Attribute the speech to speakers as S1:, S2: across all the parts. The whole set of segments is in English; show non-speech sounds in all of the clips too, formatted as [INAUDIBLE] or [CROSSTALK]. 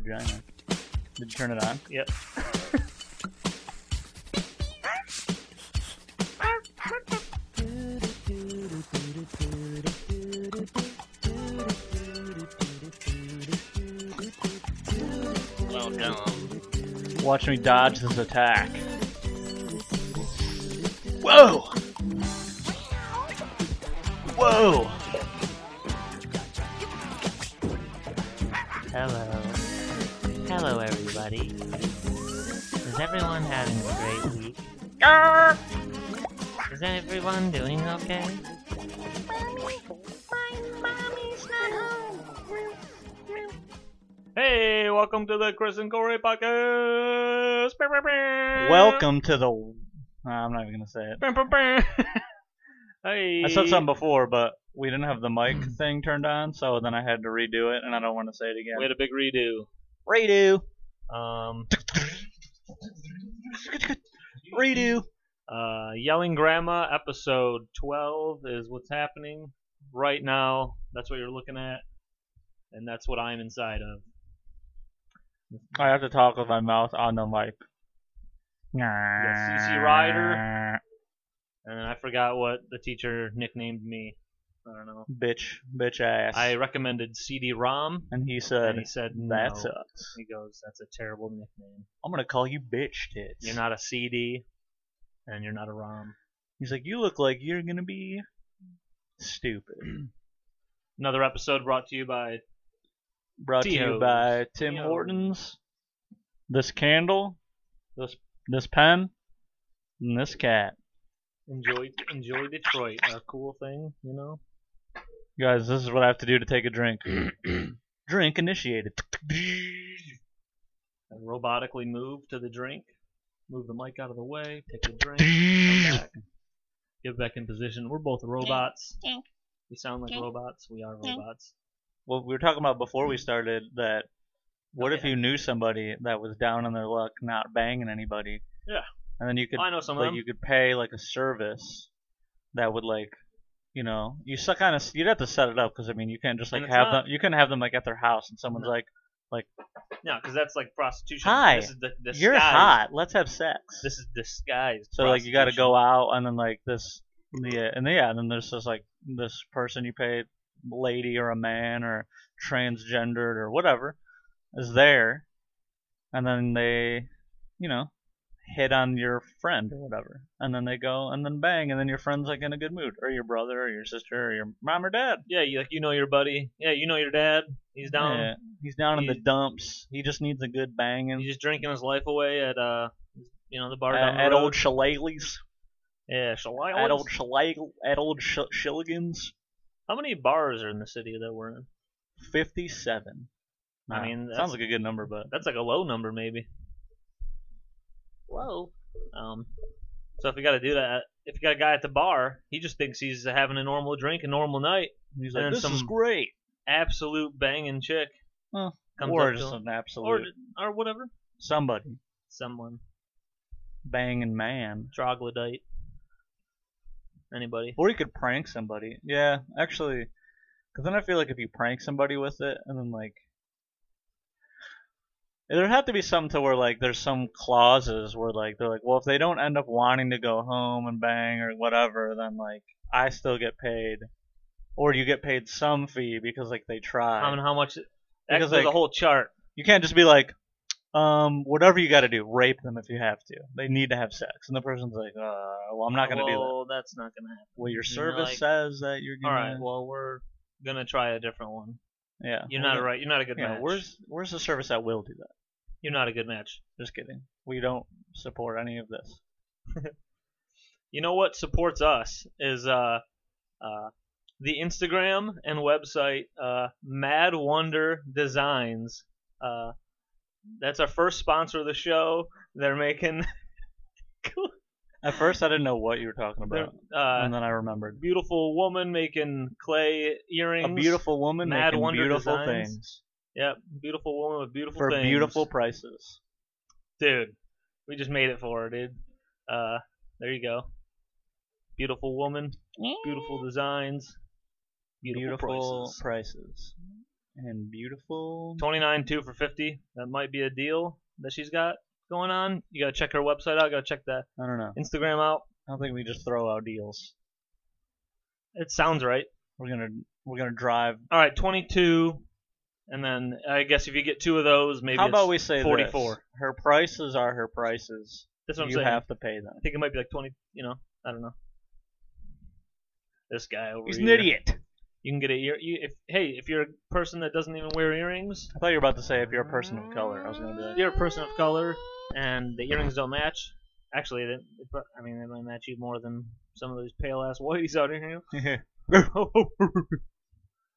S1: vagina. Did you turn it on? Yep.
S2: Well done.
S1: Watch me dodge this attack.
S2: Whoa!
S1: Whoa!
S3: Hello. Hello, everybody. Is everyone having a great week? Ah! Is everyone doing okay?
S2: Hey, welcome to the Chris and Corey podcast.
S3: [LAUGHS]
S1: Welcome to the. Nah, I'm not even gonna say it.
S2: hey.
S1: I said something before, but we didn't have the mic thing turned on, so then I had to redo it, and I don't want to say it again.
S2: We had a big redo.
S1: redo,
S2: Um,
S1: redo.
S2: uh, Yelling Grandma episode 12 is what's happening right now. That's what you're looking at, and that's what I'm inside of.
S1: I have to talk with my mouth on the mic.
S2: CC E Rider. And then I forgot what the teacher nicknamed me. I don't know.
S1: Bitch, bitch ass.
S2: I recommended CD-ROM,
S1: and he said,
S2: and he said no.
S1: that sucks.
S2: He goes, "That's a terrible nickname.
S1: I'm gonna call you bitch tits.
S2: You're not a CD, and you're not a ROM."
S1: He's like, you look like you're gonna be stupid.
S2: [CLEARS THROAT] Another episode brought to you by
S1: Brought to you
S2: Tio's.
S1: by Tim
S2: Tio's.
S1: Hortons. This candle, this this pen, and this cat.
S2: Enjoy Enjoy Detroit, a cool thing, you know.
S1: Guys, this is what I have to do to take a drink. drink initiated.
S2: I robotically move to the drink, move the mic out of the way, take a drink, come
S1: Drink.
S2: back, get back in position. We're both robots.
S4: Drink.
S2: We sound like
S4: Drink.
S2: robots. We are
S4: Drink.
S2: robots.
S1: Well, we were talking about before we started that what
S2: Oh,
S1: if
S2: yeah.
S1: you knew somebody that was down on their luck, not banging anybody?
S2: Yeah.
S1: And then you could
S2: I know some of
S1: but
S2: them.
S1: you could pay like a service that would like you know you so kind of you'd have to set it up because I mean you can't just like
S2: And it's
S1: have
S2: not-
S1: them you can have them like at their house and someone's
S2: No.
S1: like
S2: No, because that's like prostitution.
S1: Hi,
S2: This is the, disguise.
S1: you're hot let's have sex
S2: This is disguised.
S1: so like you got to
S2: prostitution.
S1: go out and then like this yeah and yeah and then there's this like this person you pay lady or a man or transgendered or whatever is there and then they you know hit on your friend or whatever and then they go and then bang and then your friend's like in a good mood or your brother or your sister or your mom or dad
S2: Yeah, you like you know your buddy. Yeah, you know your dad. He's down.
S1: Yeah, he's down in the
S2: He-
S1: dumps he just needs a good banging
S2: He's just drinking his life away at uh, you know the bar down
S1: at,
S2: the
S1: at
S2: road.
S1: old shillelaghs
S2: yeah, Shalai.
S1: at old shillag at old sh- shilligans
S2: How many bars are in the city that we're in?
S1: 57.
S2: I
S1: Nah,
S2: mean,
S1: sounds
S2: that's-
S1: like a good number, but
S2: That's like a low number, maybe. Low. Um. So if you got to do that, if you got a guy at the bar, he just thinks he's having a normal drink, a normal night.
S1: he's like,
S2: and then
S1: this is
S2: some
S1: great.
S2: Absolute banging chick.
S1: Well,
S2: comes
S1: or
S2: up
S1: just
S2: to him.
S1: an absolute
S2: or or whatever.
S1: somebody
S2: Someone.
S1: banging man.
S2: Troglodyte. Anybody.
S1: Or you could prank somebody. Yeah, actually, because then I feel like if you prank somebody with it, and then like, there'd have to be something to where like there's some clauses where like they're like, well, if they don't end up wanting to go home and bang or whatever, then like I still get paid, or you get paid some fee because like they tried.
S2: How, how much?
S1: Because,
S2: Because there's a
S1: like-
S2: whole chart.
S1: You can't just be like, um, whatever you got to do, rape them if you have to. They need to have sex, and the person's like, uh, well, I'm not gonna do that.
S2: Well, that's not gonna happen.
S1: Well, your
S2: you know,
S1: service
S2: like-
S1: says that you're
S2: All
S1: gonna.
S2: right. Well, we're gonna try a different one.
S1: yeah.
S2: You're not a right. You're not a good
S1: Yeah,
S2: match.
S1: where's where's the service that will do that?
S2: You're not a good match.
S1: Just kidding. We don't support any of this.
S2: You know what supports us is uh, uh, the Instagram and website uh, Mad Wonder Designs. Uh, that's our first sponsor of the show. They're making [LAUGHS]
S1: At first, I didn't know what you were talking
S2: they're,
S1: about,
S2: uh,
S1: and then I remembered.
S2: beautiful woman making
S1: Mm-hmm.
S2: clay
S1: A
S2: earrings.
S1: beautiful woman
S2: Mad
S1: making
S2: Wonder
S1: beautiful
S2: Designs.
S1: things
S2: Yep, beautiful woman with beautiful
S1: for
S2: things.
S1: beautiful prices.
S2: dude. We just made it for her, dude. Uh, there you go. Beautiful woman, beautiful designs, beautiful,
S1: Beautiful
S2: prices.
S1: prices. and beautiful.
S2: 29 2 for 50. That might be a deal that she's got going on. You got to check her website out. Got to check the
S1: I don't know.
S2: Instagram out.
S1: I don't think we just throw out deals.
S2: It sounds right.
S1: We're gonna we're gonna drive.
S2: All right, 22. And then I guess if you get two of those, maybe
S1: How
S2: it's-
S1: about we say this?
S2: 44.
S1: Her prices are her prices.
S2: that's what I'm
S1: you
S2: saying.
S1: have to pay them.
S2: I think it might be like 20, you know, I don't know. This guy over
S1: He's an
S2: here.
S1: idiot.
S2: You can get a ear. You, if hey, if you're a person that doesn't even wear earrings,
S1: I thought you were about to say if you're a person of color. I was gonna be like,
S2: you're a person of color, and the earrings don't match. Actually, they, they, pro- I mean, they might match you more than some of those pale ass whiteys out here.
S1: [LAUGHS]
S2: [LAUGHS]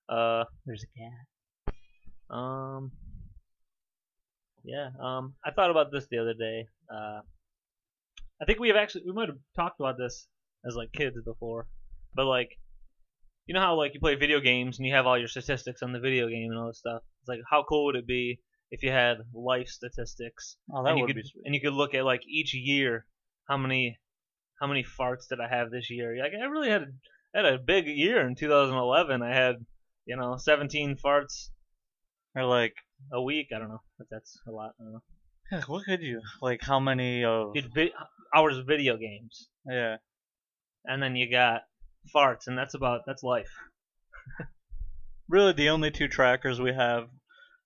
S2: uh,
S3: There's a cat.
S2: um, yeah. Um, I thought about this the other day. Uh, I think we have actually we might have talked about this as like kids before, but like, you know how like you play video games and you have all your statistics on the video game and all this stuff. It's like how cool would it be if you had life statistics
S1: oh, that
S2: and you
S1: would
S2: could
S1: be sweet.
S2: and you could look at like each year how many how many farts did I have this year? Like I really had a, had a big year in 2011. I had you know 17 farts
S1: Or like,
S2: a week. I don't know if that's a lot. I don't know.
S1: heck, what could you like? How many of
S2: Did vi- hours of video games,
S1: yeah?
S2: and then you got farts, and that's about that's life.
S1: Really, the only two trackers we have.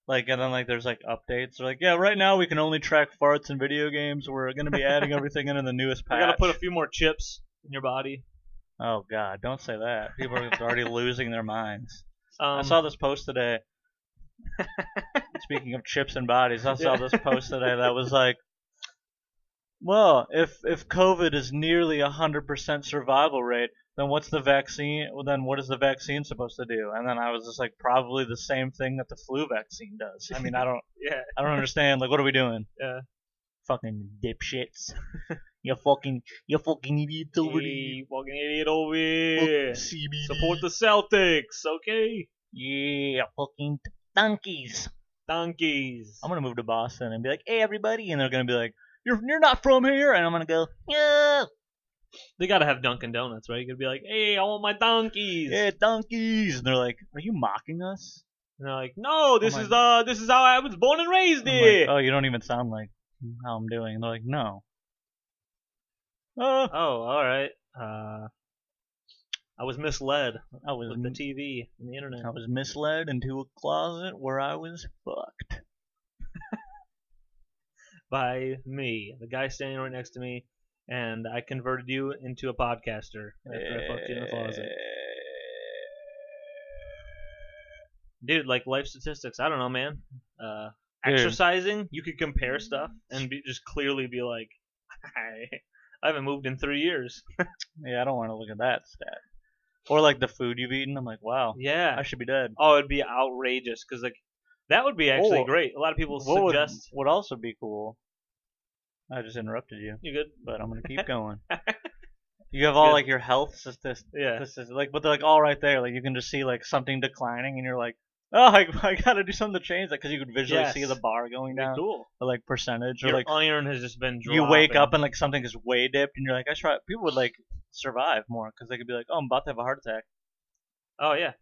S1: Like and then like there's like updates. They're like, yeah, right now we can only track farts in video games. We're gonna be
S2: [LAUGHS]
S1: adding everything into the newest patch.
S2: You gotta put a few more chips in your body.
S1: oh god, don't say that. People are already losing their minds.
S2: Um,
S1: I saw this post today. Speaking of chips and bodies, I saw this post today that was like, "Well, if if COVID is nearly a hundred percent survival rate, then what's the vaccine? Well, then what is the vaccine supposed to do?" And then I was just like, "Probably the same thing that the flu vaccine does." I mean, I don't,
S2: yeah,
S1: I don't understand. Like, what are we doing?
S2: Yeah.
S1: Fucking dipshits. you fucking, you fucking idiots over there.
S2: Hey, fucking idiot over here.
S1: Fuck CBD.
S2: Support the Celtics, okay?
S1: yeah, fucking donkeys.
S2: Donkeys.
S1: I'm gonna move to Boston and be like, "Hey, everybody," and they're gonna be like, "You're you're not from here," and I'm gonna go, "Yeah,
S2: They gotta have Dunkin' Donuts, right? You gotta be like, hey, I want my donkeys.
S1: yeah, donkeys," and they're like, "Are you mocking us?"
S2: And they're like, no, this
S1: Oh my-
S2: is uh, this is how I was born and raised
S1: I'm
S2: here.
S1: like, oh, you don't even sound like how I'm doing. And they're like, "No." Oh,
S2: oh, all right. Uh, I was misled
S1: I was
S2: with the TV and the internet.
S1: I was misled into a closet where I was fucked.
S2: by me, the guy standing right next to me, and I converted you into a podcaster after I fucked you in the closet. Dude, like life statistics, I don't know, man. Uh,
S1: Dude.
S2: exercising, you could compare stuff and be, just clearly be like, [LAUGHS] I, I haven't moved in three years.
S1: Yeah, I don't want to look at that stat. Or like the food you've eaten. I'm like, wow, I
S2: Yeah.
S1: should be dead.
S2: Oh, it'd be outrageous because like that would be actually
S1: Or-
S2: great. A lot of people
S1: Oh. What would-
S2: suggest.
S1: would also be cool. I just interrupted you.
S2: You good?
S1: but I'm gonna
S2: [LAUGHS]
S1: keep going. You have all
S2: Good.
S1: like your health statistics,
S2: Yeah.
S1: like, but they're like all right there. Like you can just see like something declining, and you're like, oh, I, [LAUGHS] I gotta do something to change that because you can visually see
S2: Yes.
S1: the bar going
S2: Be
S1: down,
S2: Cool.
S1: or, like percentage, or
S2: Your
S1: like
S2: iron has just been. Dropping.
S1: you wake up and like something is way dipped, and you're like, I try. People would like survive more because they could be like, oh, I'm about to have a heart attack.
S2: Oh yeah.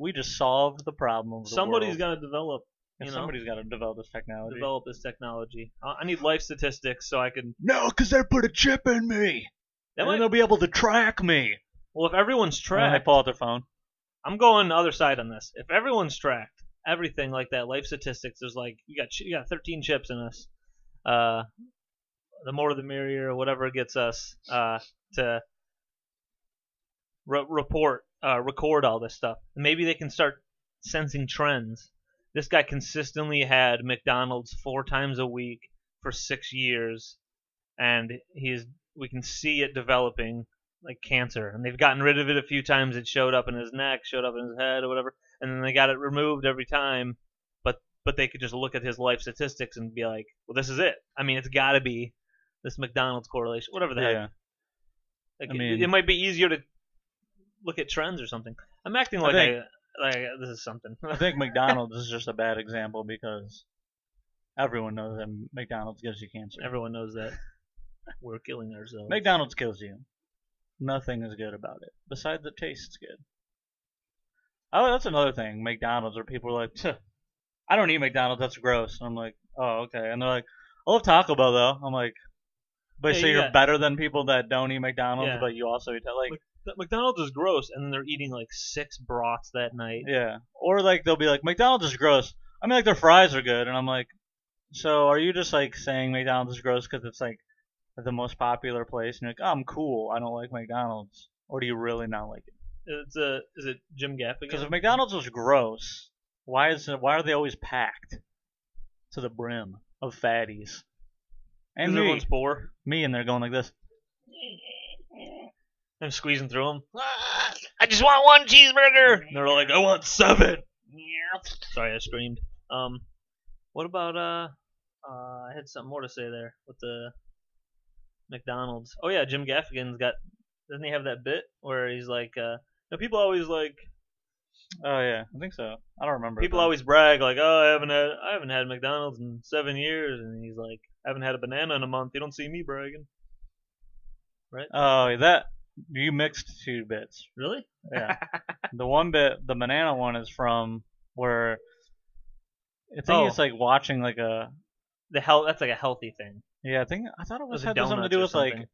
S1: We just solved the problem. Of the world.
S2: Somebody's got to develop.
S1: And
S2: you know.
S1: somebody's got to develop this technology.
S2: develop this technology. I I need life statistics so I can.
S1: No, because they put a chip in me,
S2: That
S1: and then
S2: might,
S1: they'll be able to track me.
S2: well, if everyone's
S1: And then they
S2: tracked,
S1: pull out their phone.
S2: I'm going the other side on this. If everyone's tracked, everything like that, life statistics, there's like you got chi- you got 13 chips in us. Uh, the more the merrier, whatever gets us uh, to re- report, uh, record all this stuff. Maybe they can start sensing trends. This guy consistently had McDonald's four times a week for six years, and he's we can see it developing like cancer, and they've gotten rid of it a few times. It showed up in his neck, showed up in his head, or whatever, and then they got it removed every time. But but they could just look at his life statistics and be like, well, this is it. I mean, it's got to be this McDonald's correlation, whatever the heck.
S1: Yeah.
S2: Like,
S1: I
S2: it-
S1: mean-
S2: it, might be easier to look at trends or something. I'm acting
S1: I
S2: like I,
S1: think-
S2: like this is something. [LAUGHS]
S1: I think McDonald's is just a bad example because everyone knows that McDonald's gives you cancer.
S2: Everyone knows that we're killing ourselves.
S1: McDonald's kills you. Nothing is good about it. Besides, it tastes good. Oh, that's another thing. McDonald's, where people are like, "Tuh, I don't eat McDonald's. That's gross. And I'm like, oh, okay. And they're like, I love Taco Bell though. I'm like, but
S2: Hey,
S1: so
S2: yeah.
S1: you're better than people that don't eat McDonald's,
S2: Yeah.
S1: but you also eat that. Like,
S2: That McDonald's is gross, and then they're eating like six brats that night.
S1: yeah. Or like they'll be like, McDonald's is gross. I mean, like their fries are good, and I'm like, so are you just like saying McDonald's is gross because it's like the most popular place, and you're like, oh, I'm cool. I don't like McDonald's. Or do you really not like it?
S2: It's a is it Jim Gaffigan?
S1: Because if McDonald's was gross, why is it, why are they always packed to the brim of fatties? And
S2: 'Cause
S1: me,
S2: everyone's poor.
S1: me, and they're going like this.
S2: I'm squeezing through them.
S3: Ah! I just want one cheeseburger.
S2: And they're like, I want seven. Sorry, I screamed. Um, what about uh, uh, I had something more to say there with the McDonald's. Oh yeah, Jim Gaffigan's got. Doesn't he have that bit where he's like, uh, no, people always like,
S1: Oh yeah, I think so. I don't remember.
S2: people
S1: though.
S2: always brag like, oh, I haven't had, I haven't had McDonald's in seven years, and he's like, I haven't had a banana in a month. You don't see me bragging,
S1: Oh, that you mixed two bits.
S2: really?
S1: Yeah, the one bit, the banana one, is from where. I think
S2: Oh.
S1: it's like watching like a.
S2: The hell, that's like a healthy thing.
S1: Yeah, I think I thought it was
S2: Those are
S1: had something to
S2: donuts
S1: do
S2: or
S1: with like.
S2: something.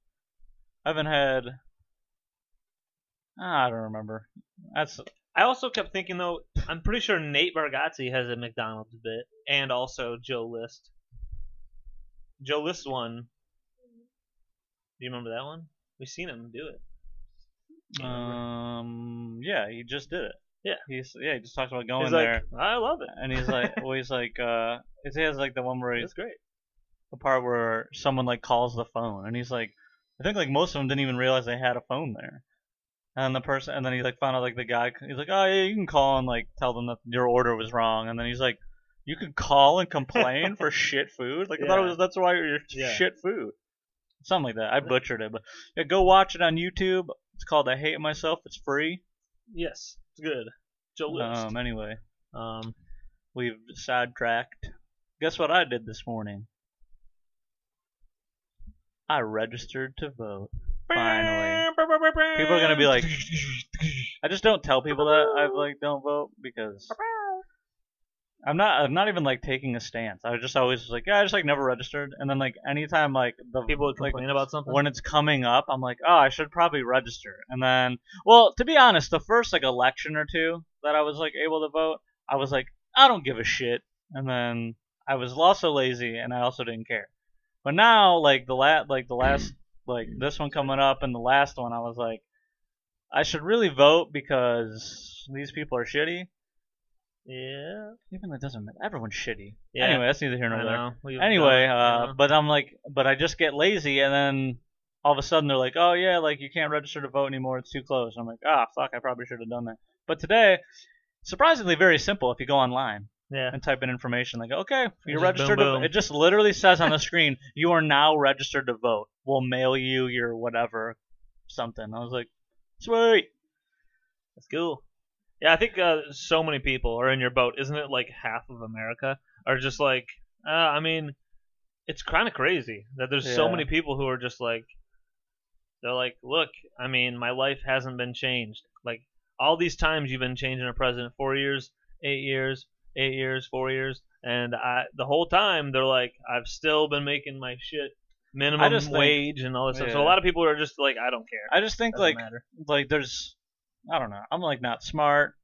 S1: I haven't had. Ah, I don't remember. That's
S2: I also kept thinking though, I'm pretty sure Nate Bargatze has a McDonald's bit, and also Joe List. Joe List one. Do you remember that one? We've seen him do it. Uh,
S1: Um. Yeah, he just did it.
S2: Yeah.
S1: He's yeah. He just talks about going
S2: He's like,
S1: there,
S2: I love it.
S1: and he's like, well, he's like, uh, he has like the one
S2: [LAUGHS]
S1: where he's
S2: It's great.
S1: the part where someone like calls the phone, and he's like, I think like most of them didn't even realize they had a phone there, and the person, and then he like found out like the guy, he's like, oh yeah, you can call and like tell them that your order was wrong, and then he's like, you could call and complain
S2: [LAUGHS]
S1: for shit food. Like I thought it
S2: Yeah.
S1: was that's why you're
S2: Yeah.
S1: shit food. Something like that. I butchered it, but yeah, go watch it on YouTube. It's called I Hate Myself. It's free.
S2: Yes, it's good. Joe List.
S1: Um, anyway,
S2: Um,
S1: we've sidetracked. Guess what I did this morning? I registered to vote. Finally. People are gonna be
S2: [LAUGHS]
S1: like- I just don't tell people that I like don't vote because I'm not I'm not even like taking a stance. I just always was like, yeah, I just like never registered and then like anytime like the
S2: people would
S1: like,
S2: complain about something.
S1: Uh-huh. when it's coming up, I'm like, oh, I should probably register. And then, well, to be honest, the first like election or two that I was like able to vote, I was like, I don't give a shit. And then I was also lazy and I also didn't care. But now, like the la- like the
S2: [CLEARS THROAT]
S1: last like this one coming up and the last one, I was like, I should really vote because these people are shitty.
S2: yeah.
S1: Even though it doesn't, everyone's shitty.
S2: Yeah.
S1: Anyway, that's neither here nor
S2: I
S1: there.
S2: know. We've
S1: Anyway,
S2: done it,
S1: uh, but I'm like, but I just get lazy, and then all of a sudden they're like, oh yeah, like you can't register to vote anymore. It's too close. And I'm like, ah, fuck, I probably should have done that. But today, surprisingly very simple. If you go online
S2: yeah.
S1: and type in information, like, okay, you're
S2: just
S1: registered.
S2: boom,
S1: to,
S2: boom.
S1: It just literally says on the screen, you are now registered to vote. We'll mail you your whatever, something. I was like, sweet.
S2: That's cool. Yeah, I think uh, so many people are in your boat. Isn't it like half of America are just like, uh, I mean, it's kind of crazy that there's so
S1: Yeah.
S2: many people who are just like, they're like, look, I mean, my life hasn't been changed. Like, all these times you've been changing a president four years, eight years, eight years, four years, and I the whole time they're like, I've still been making my shit minimum
S1: just think-
S2: wage and all this stuff. So a
S1: Yeah.
S2: lot of people are just like, I don't care.
S1: I just think
S2: Doesn't
S1: like
S2: matter.
S1: like there's I don't know. I'm like not smart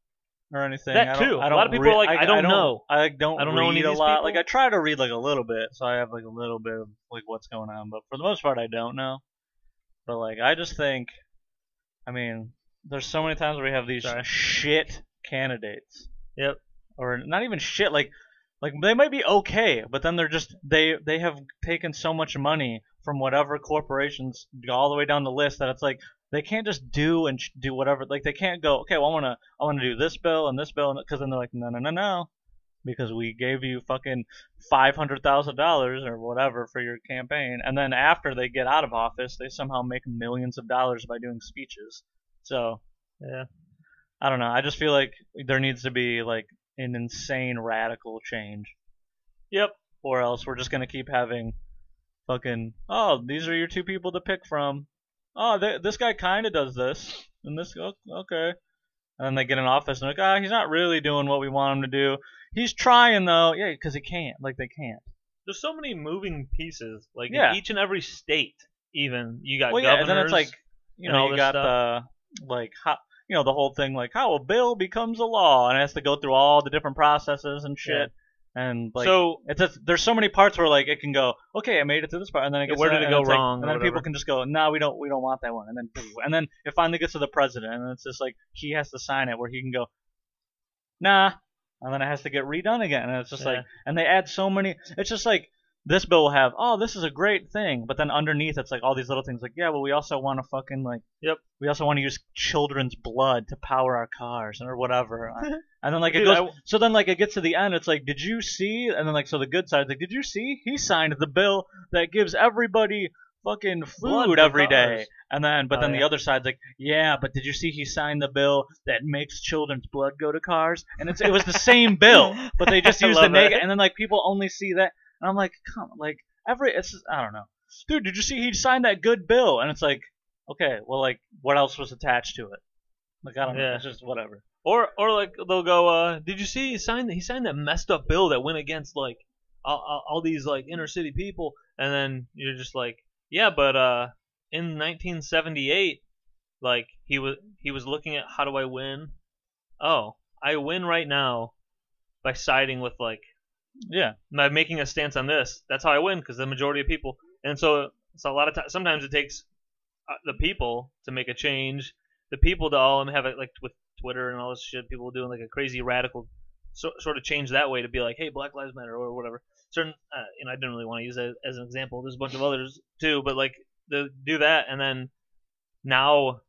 S1: or anything.
S2: That
S1: I
S2: too.
S1: don't,
S2: A
S1: I don't
S2: lot of people are like, I don't know.
S1: I like, don't.
S2: I don't
S1: read
S2: know any of
S1: a
S2: these
S1: lot.
S2: people.
S1: Like I try to read like a little bit, so I have like a little bit of like what's going on. But for the most part, I don't know. But like I just think, I mean, there's so many times where we have these
S2: Sorry.
S1: shit candidates.
S2: Yep.
S1: Or not even shit. Like like they might be okay, but then they're just they they have taken so much money from whatever corporations all the way down the list that it's like they can't just do and sh- do whatever. Like they can't go, okay, well, I want to I want to do this bill and this bill, because then they're like, no, no, no, no, because we gave you fucking five hundred thousand dollars or whatever for your campaign, and then after they get out of office, they somehow make millions of dollars by doing speeches. So
S2: Yeah.
S1: I don't know. I just feel like there needs to be like an insane radical change
S2: Yep.
S1: or else we're just gonna keep having fucking oh these are your two people to pick from oh th- this guy kind of does this and this o- okay And then they get in office and they're like, ah, he's not really doing what we want him to do. He's trying though, yeah, because he can't. Like they can't.
S2: There's so many moving pieces. Like
S1: Yeah.
S2: in each and every state, even you got
S1: well, yeah,
S2: governors.
S1: and then it's like you
S2: and
S1: know
S2: all
S1: you
S2: this
S1: got
S2: stuff.
S1: the like how you know the whole thing like how a bill becomes a law and it has to go through all the different processes and shit. And like
S2: so
S1: It's just, there's so many parts where like it can go okay I made it to this part and then it
S2: Yeah,
S1: gets
S2: where
S1: to
S2: did
S1: that, and
S2: it go
S1: it's like-
S2: wrong
S1: and
S2: or
S1: then people
S2: whatever.
S1: can just go no we don't we don't want that one and then poof, and then it finally gets to the president and it's just like he has to sign it where he can go nah and then it has to get redone again and it's just
S2: Yeah.
S1: like and they add so many it's just like this bill will have oh this is a great thing but then underneath it's like all these little things like yeah well we also want to fucking like
S2: Yep.
S1: we also want to use children's blood to power our cars or
S2: [LAUGHS]
S1: whatever and then like it
S2: Dude,
S1: goes
S2: I-
S1: so then, like, it gets to the end. It's like, did you see? And then, like, so the good side, like, did you see? He signed the bill that gives everybody fucking
S2: Blood
S1: food
S2: for
S1: every day.
S2: cars.
S1: And then, but
S2: Oh,
S1: then the
S2: yeah.
S1: other side's like, yeah, but did you see? He signed the bill that makes children's blood go to cars. And it's it was the
S2: [LAUGHS]
S1: same bill,
S3: [LAUGHS]
S1: but they just
S2: I
S1: used the
S2: love
S1: negative.
S2: it.
S1: And then, like, people only see that. And I'm like, come, like, every it's just- I don't know, dude. Did you see? He signed that good bill. And it's like, okay, well, like, what else was attached to it? Like, I don't know.
S2: Yeah.
S1: It's just whatever.
S2: or or like they'll go. Uh, did you see he signed he signed that messed up bill that went against like all, all, all these like inner city people? And then you're just like, yeah, but uh, in 1978, like he was he was looking at how do I win? Oh, I win right now by siding with like
S1: Yeah.
S2: by making a stance on this. That's how I win because the majority of people. And so, so a lot of times, sometimes it takes uh, the people to make a change. The people to all and have it like with Twitter and all this shit. People doing like a crazy radical so, sort of change that way to be like, hey, Black Lives Matter or whatever. Certain, uh, you know, I didn't really want to use that as an example. There's a bunch of others too, but like to do that and then now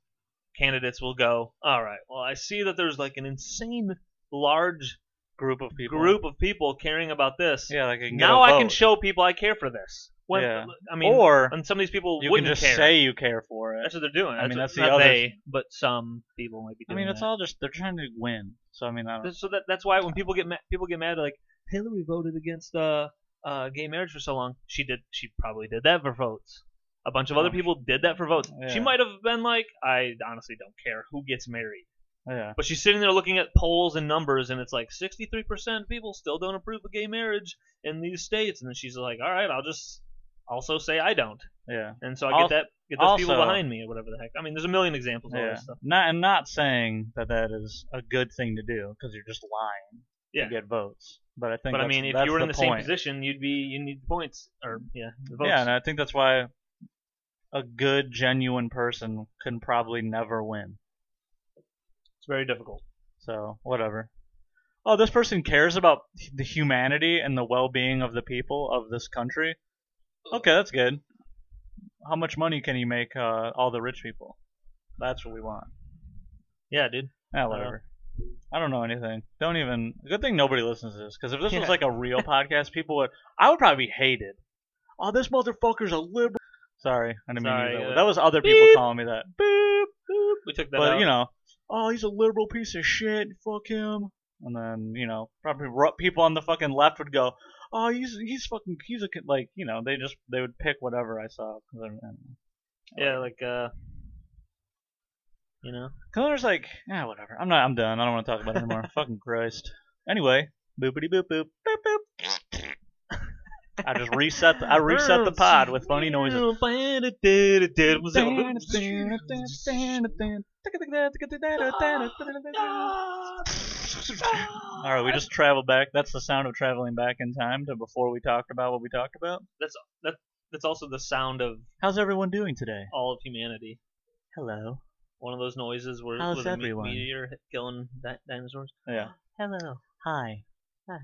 S2: candidates will go, all right, well, I see that there's like an insane large
S1: Group of people.
S2: group of people caring about this
S1: Yeah, like I can get
S2: now
S1: a
S2: I can
S1: vote.
S2: show people I care for this. When, uh,
S1: Yeah.
S2: I mean,
S1: or
S2: and some of these people
S1: you can
S2: wouldn't
S1: just
S2: care.
S1: say you care for it.
S2: that's what they're doing.
S1: I mean, that's the
S2: not
S1: other-
S2: they, but some people might be
S1: I
S2: doing.
S1: mean, it's
S2: that.
S1: all just they're trying to win. So I mean, I don't.
S2: So that, that's why when people get mad, people get mad like Hillary voted against uh, uh, gay marriage for so long. She did. She probably did that for votes. A bunch of other
S1: Oh.
S2: people did that for votes. She
S1: Yeah.
S2: might have been like, I honestly don't care who gets married.
S1: Yeah.
S2: But she's sitting there looking at polls and numbers, and it's like 63% people still don't approve of gay marriage in these states. And then she's like, all right, I'll just also say I don't.
S1: Yeah.
S2: And so I
S1: Al-
S2: get that get those people
S1: also-
S2: behind me or whatever the heck. I mean, there's a million examples of all
S1: Yeah.
S2: this stuff.
S1: Not and not saying that that is a good thing to do because you're just lying
S2: Yeah.
S1: to get votes. But I think.
S2: But I
S1: that's-
S2: mean, if
S1: that's
S2: you were in the same
S1: point.
S2: position, you'd be you need points or yeah, the votes.
S1: Yeah, and I think that's why a good, genuine person can probably never win.
S2: it's very difficult.
S1: So whatever. Oh, this person cares about the humanity and the well-being of the people of this country. Okay, that's good. How much money can he make? Uh, all the rich people. That's what we want.
S2: Yeah, dude.
S1: Ah, whatever. I don't know anything. Don't even. Good thing nobody listens to this, because if this
S2: Yeah.
S1: was like a
S2: [LAUGHS]
S1: real podcast, people would. I would probably be hated. Oh, this motherfucker's a liberal. Sorry, I didn't mean to
S2: Sorry,
S1: use that.
S2: uh,
S1: word. That was other people
S2: beep.
S1: calling me that.
S2: Boop, boop. We took that
S1: But
S2: out.
S1: you know, oh, he's a liberal piece of shit. Fuck him. And then you know, probably ru- people on the fucking left would go, oh, he's he's fucking he's a con-" like you know they just they would pick whatever I saw. 'cause I'm- I don't know.
S2: yeah, like uh, you know,
S1: Cause there's like, yeah, whatever. I'm not. I'm done. I don't want to talk about it anymore. Fucking Christ. Anyway, boopity boop boop boop boop. I just reset. The, I reset the pod with funny noises. All right, we just traveled back. That's the sound of traveling back in time to before we talked about what we talked about.
S2: That's also the sound of
S1: How's everyone doing today?
S2: all of humanity.
S1: Hello.
S2: One of those noises where
S3: How's
S2: with a me-
S3: everyone?
S2: meteor hit- killing di- dinosaurs.
S1: Yeah.
S3: Hello.
S1: Hi. Hi.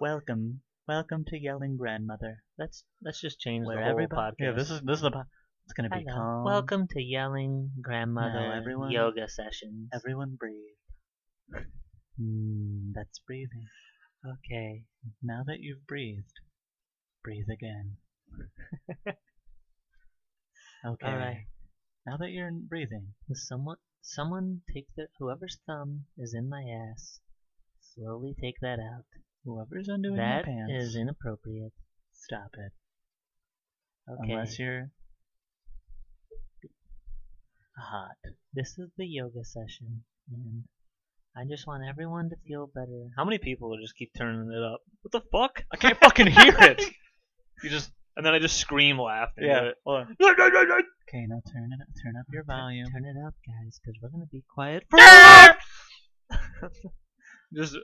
S1: Welcome. Welcome to Yelling Grandmother.
S3: Let's let's just change
S1: Where
S3: the whole
S1: everybody?
S3: podcast.
S1: Yeah, this is this is the. po- It's gonna be
S3: Hello.
S1: calm.
S3: Welcome to Yelling Grandmother
S1: Now, everyone-
S3: Yoga Sessions.
S1: Everyone breathe. Mm, that's breathing.
S3: okay.
S1: Now that you've breathed, breathe again. okay.
S3: All right.
S1: Now that you're breathing,
S3: Someone someone take their whoever's thumb is in my ass. Slowly take that out.
S1: whoever's undoing your
S3: That
S1: pants,
S3: is inappropriate.
S1: stop it.
S3: Okay.
S1: Unless you're hot.
S3: This is the yoga session, and I just want everyone to feel better.
S2: How many people just keep turning it up? What the fuck?
S1: I can't fucking hear [LAUGHS] it.
S2: [LAUGHS]
S1: You just
S2: And then I just scream laugh. and
S1: yeah.
S2: [LAUGHS] do it.
S1: hold on.
S3: Okay, now turn it up. Turn up your volume. Turn it up, guys, because we're gonna be quiet. For-
S2: [LAUGHS] Just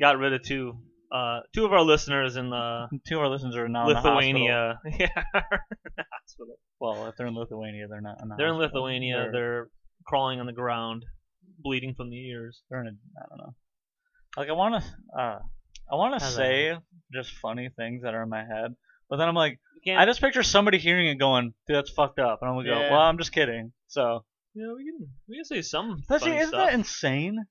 S2: got rid of two uh two of our listeners in the
S1: Two of our listeners are now in the hospital.
S2: Lithuania. [LAUGHS] Yeah. the hospital.
S1: Well, if they're in Lithuania, they're not. In the
S2: They're in
S1: hospital.
S2: Lithuania. They're, crawling on the ground, bleeding from the ears.
S1: they're in a, I don't know. Like I want to, uh, I want to
S3: Hello.
S1: say just funny things that are in my head, but then I'm like,
S2: You can't,
S1: I just picture somebody hearing it going, "Dude, that's fucked up," and I'm gonna go,
S2: Yeah.
S1: "Well, I'm just kidding." So
S2: you know, we can we can say some
S1: that's
S2: funny
S1: isn't
S2: stuff.
S1: that insane?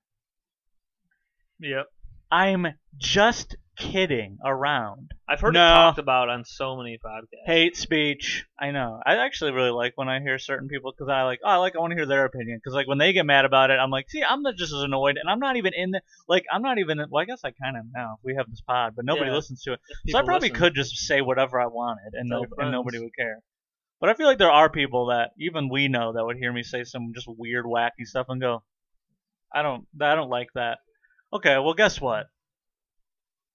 S2: Yep.
S1: I'm just kidding around.
S2: I've heard
S1: No.
S2: it talked about on so many podcasts.
S1: Hate speech. I know. I actually really like when I hear certain people because I like, oh, I like, I want to hear their opinion because like when they get mad about it, I'm like, see, I'm not just as annoyed, and I'm not even in the like, I'm not even. Well, I guess I kind of am now. We have this pod, but nobody
S2: Yeah.
S1: listens to it.
S2: People
S1: so I probably
S2: listen.
S1: could just say whatever I wanted, and,
S2: Tell
S1: no, and nobody
S2: friends.
S1: would care. But I feel like there are people that even we know that would hear me say some just weird, wacky stuff and go, "I don't, I don't like that." Okay, well, guess what?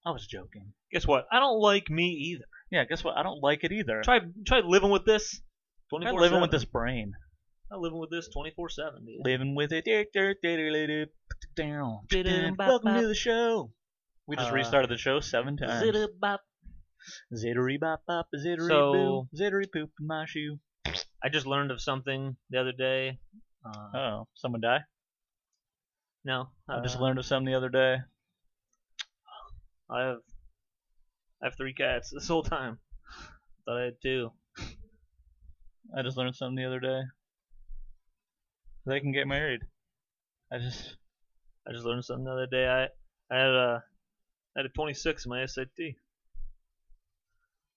S1: I was joking.
S2: Guess what? I don't like me either.
S1: Yeah, guess what? I don't like it either.
S2: Try try living with this.
S1: Try
S2: 24/7.
S1: living with this brain.
S2: I'm living with this 24/7, dude.
S1: Living with it.
S2: [LAUGHS]
S1: Welcome to the show. We just
S2: Uh,
S1: restarted the show seven times.
S3: Zitterbop.
S1: Zittery bop bop, zittery
S2: So-
S1: boo, zittery poop in my shoe.
S2: I just learned of something the other day. Uh,
S1: Oh, someone die?
S2: no,
S1: I just
S2: uh,
S1: learned of something the other day.
S2: I have I have three cats [LAUGHS] this whole time. Thought I had two.
S1: I just learned something the other day. They can get married. I just
S2: I just learned something the other day. I I had a I had a 26 in my SAT